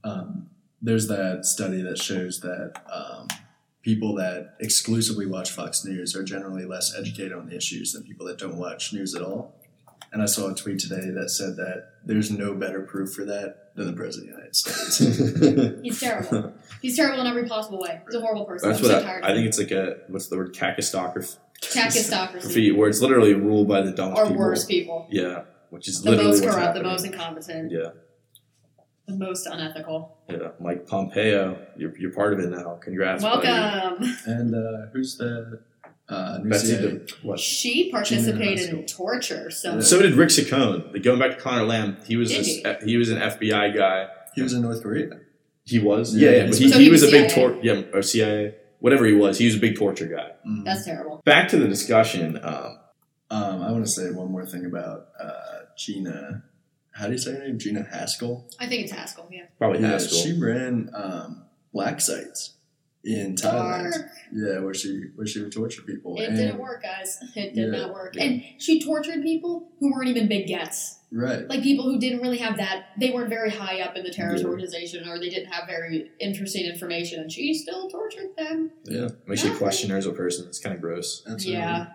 Speaker 3: um, there's that study that shows that um, people that exclusively watch Fox News are generally less educated on the issues than people that don't watch news at all. And I saw a tweet today that said that there's no better proof for that than the president of the United States.
Speaker 2: He's terrible. He's terrible in every possible way. He's a horrible person.
Speaker 1: That's
Speaker 2: I'm
Speaker 1: what
Speaker 2: so tired
Speaker 1: I, I
Speaker 2: of him.
Speaker 1: think. It's like a what's the word? Kakistocracy.
Speaker 2: Kakistocracy.
Speaker 1: Where it's literally ruled by the dumbest
Speaker 2: Or
Speaker 1: people.
Speaker 2: worse people.
Speaker 1: Yeah, which is
Speaker 2: The
Speaker 1: literally
Speaker 2: most
Speaker 1: what's
Speaker 2: corrupt, the
Speaker 1: happening.
Speaker 2: most incompetent,
Speaker 1: yeah,
Speaker 2: the most unethical.
Speaker 1: yeah. Mike Pompeo, you're, you're part of it now. Congrats. buddy.
Speaker 2: Welcome.
Speaker 3: and uh, who's the uh, new
Speaker 1: Betsy.
Speaker 3: CIA?
Speaker 1: De- what?
Speaker 2: She
Speaker 3: Junior
Speaker 2: participated
Speaker 3: high
Speaker 2: in torture, so
Speaker 1: So did Rick Saccone. Like, Going back to Connor Lamb, he was
Speaker 2: Did
Speaker 1: this, he was an FBI guy.
Speaker 3: He was in North Korea.
Speaker 1: He was.
Speaker 3: Yeah.
Speaker 1: Yeah, yeah, but he,
Speaker 2: So
Speaker 1: he
Speaker 2: he
Speaker 1: was a
Speaker 2: was
Speaker 1: big
Speaker 2: CIA.
Speaker 1: tor- yeah or CIA whatever he was. He was a big torture guy.
Speaker 3: Mm.
Speaker 2: that's terrible.
Speaker 1: Back to the discussion. Um,
Speaker 3: Um, I want to say one more thing about uh, Gina. How do you say her name? Gina Haskell.
Speaker 2: I think it's Haskell, yeah.
Speaker 1: probably
Speaker 3: yeah,
Speaker 1: Haskell.
Speaker 3: she ran um, black sites in Thailand.
Speaker 2: Dark.
Speaker 3: Yeah, where she where she would torture people.
Speaker 2: It
Speaker 3: and,
Speaker 2: didn't work, guys. It did
Speaker 3: Yeah,
Speaker 2: not work.
Speaker 3: yeah.
Speaker 2: And she tortured people who weren't even big gets.
Speaker 3: Right.
Speaker 2: Like people who didn't really have that, they weren't very high up in the terrorist
Speaker 1: Yeah.
Speaker 2: organization or they didn't have very interesting information, and she still tortured them.
Speaker 1: yeah, makes you question her as a person. It's kind of gross,
Speaker 3: Absolutely.
Speaker 2: Yeah.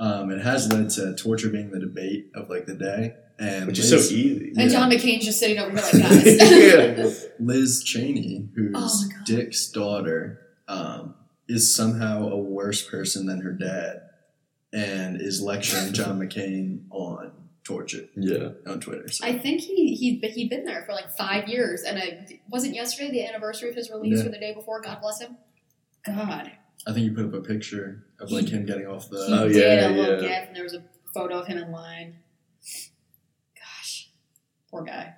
Speaker 3: Um, it has led to torture being the debate of like the day. And
Speaker 1: which
Speaker 3: Liz,
Speaker 1: is so e-, easy.
Speaker 2: And
Speaker 3: Yeah.
Speaker 2: John McCain's just sitting over here like, guys.
Speaker 1: yeah.
Speaker 3: Liz Cheney, who's
Speaker 2: Oh my God.
Speaker 3: Dick's daughter, um, is somehow a worse person than her dad, and is lecturing John McCain on torture
Speaker 1: yeah,
Speaker 3: on Twitter. So.
Speaker 2: I think he he he'd been there for like five years, and I wasn't yesterday the anniversary of his release
Speaker 3: Yeah.
Speaker 2: or the day before. God bless him. God,
Speaker 3: I think you put up a picture of like him getting off
Speaker 2: he
Speaker 1: Oh,
Speaker 3: the.
Speaker 1: yeah,
Speaker 2: did a little
Speaker 1: yeah.
Speaker 2: gif, and there was a photo of him in line. Gosh, poor guy.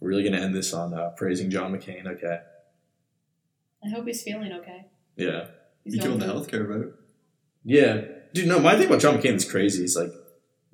Speaker 1: we're really gonna end this on uh, praising John McCain. Okay,
Speaker 2: I hope he's feeling okay.
Speaker 1: yeah,
Speaker 2: He's
Speaker 3: He killed the
Speaker 2: doing
Speaker 3: healthcare vote.
Speaker 1: yeah, dude. No, my thing about John McCain is crazy. Is like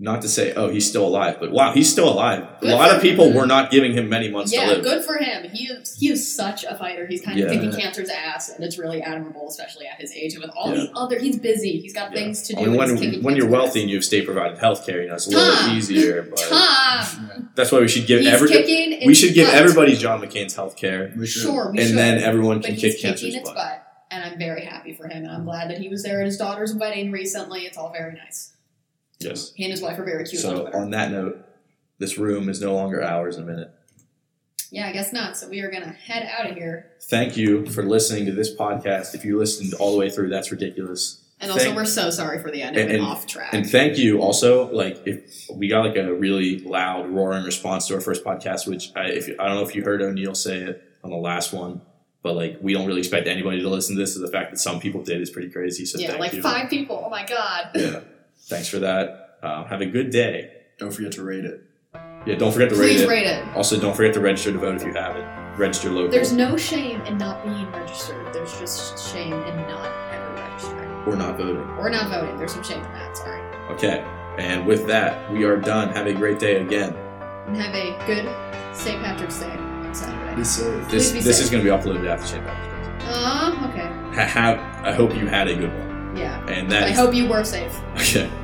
Speaker 1: not to say oh he's still alive, but wow he's still alive.
Speaker 2: Good
Speaker 1: a lot of
Speaker 2: for
Speaker 1: people
Speaker 3: him.
Speaker 1: were not giving him many
Speaker 2: good.
Speaker 1: months to
Speaker 2: Yeah,
Speaker 1: live.
Speaker 2: good for him. He is he is such a fighter. He's kind of
Speaker 1: Yeah.
Speaker 2: kicking cancer's ass, and it's really admirable, especially at his age. And with all
Speaker 1: Yeah.
Speaker 2: the other, he's busy. He's got
Speaker 1: Yeah.
Speaker 2: things to do.
Speaker 1: I mean,
Speaker 2: and he's
Speaker 1: when,
Speaker 2: kicking
Speaker 1: when you're
Speaker 2: cancer's ass.
Speaker 1: wealthy and you have state provided health care, you know, it's a little bit
Speaker 2: Tom!
Speaker 1: easier. But
Speaker 2: Tom,
Speaker 1: that's why we should give
Speaker 2: he's
Speaker 1: every
Speaker 2: kicking.
Speaker 1: we
Speaker 2: its
Speaker 1: should give
Speaker 2: butt.
Speaker 1: everybody John McCain's health care,
Speaker 3: We should-
Speaker 2: Sure, we
Speaker 1: and
Speaker 2: should.
Speaker 1: then everyone
Speaker 2: but
Speaker 1: can
Speaker 2: he's
Speaker 1: kick
Speaker 2: kicking
Speaker 1: cancer's
Speaker 2: its
Speaker 1: butt.
Speaker 2: butt, and I'm very happy for him, and I'm glad that he was there at his daughter's wedding recently. It's all very nice.
Speaker 1: Yes.
Speaker 2: He and his wife are very cute. on
Speaker 1: So uh,
Speaker 2: Twitter.
Speaker 1: on that note, this room is no longer ours a minute.
Speaker 2: yeah, I guess not. So we are gonna head out of here,
Speaker 1: Thank you for listening to this podcast. If you listened all the way through, that's ridiculous.
Speaker 2: and also
Speaker 1: Thank-
Speaker 2: we're so sorry for the end. It
Speaker 1: And-
Speaker 2: went
Speaker 1: and-
Speaker 2: off track.
Speaker 1: And thank you also. Like if we got like a really loud roaring response to our first podcast, which I if I don't know if you heard O'Neill say it on the last one, but like we don't really expect anybody to listen to this. So the fact that some people did is pretty crazy. So
Speaker 2: yeah,
Speaker 1: thank
Speaker 2: like
Speaker 1: you.
Speaker 2: five people. Oh my god.
Speaker 1: Yeah. Thanks for that. Um, have a good day.
Speaker 3: Don't forget to rate it.
Speaker 1: Yeah. Don't forget to rate
Speaker 2: Please
Speaker 1: it.
Speaker 2: rate it.
Speaker 1: Also, don't forget to register to vote if you haven't. Register local
Speaker 2: There's no shame in not being registered. There's just shame in not ever registering
Speaker 1: or not voting.
Speaker 2: or not voting. There's some shame in that. Sorry.
Speaker 1: Okay. And with that, we are done. Have a great day again.
Speaker 2: And have a good St. Patrick's Day on Saturday.
Speaker 3: Be safe.
Speaker 1: This
Speaker 2: Please be
Speaker 1: this
Speaker 2: safe.
Speaker 1: is going to be uploaded after St. Patrick's Day.
Speaker 2: Ah, okay.
Speaker 1: Ha- Have I hope you had a good one.
Speaker 2: Yeah.
Speaker 1: And that
Speaker 2: I
Speaker 1: is-
Speaker 2: hope you were safe.
Speaker 1: okay.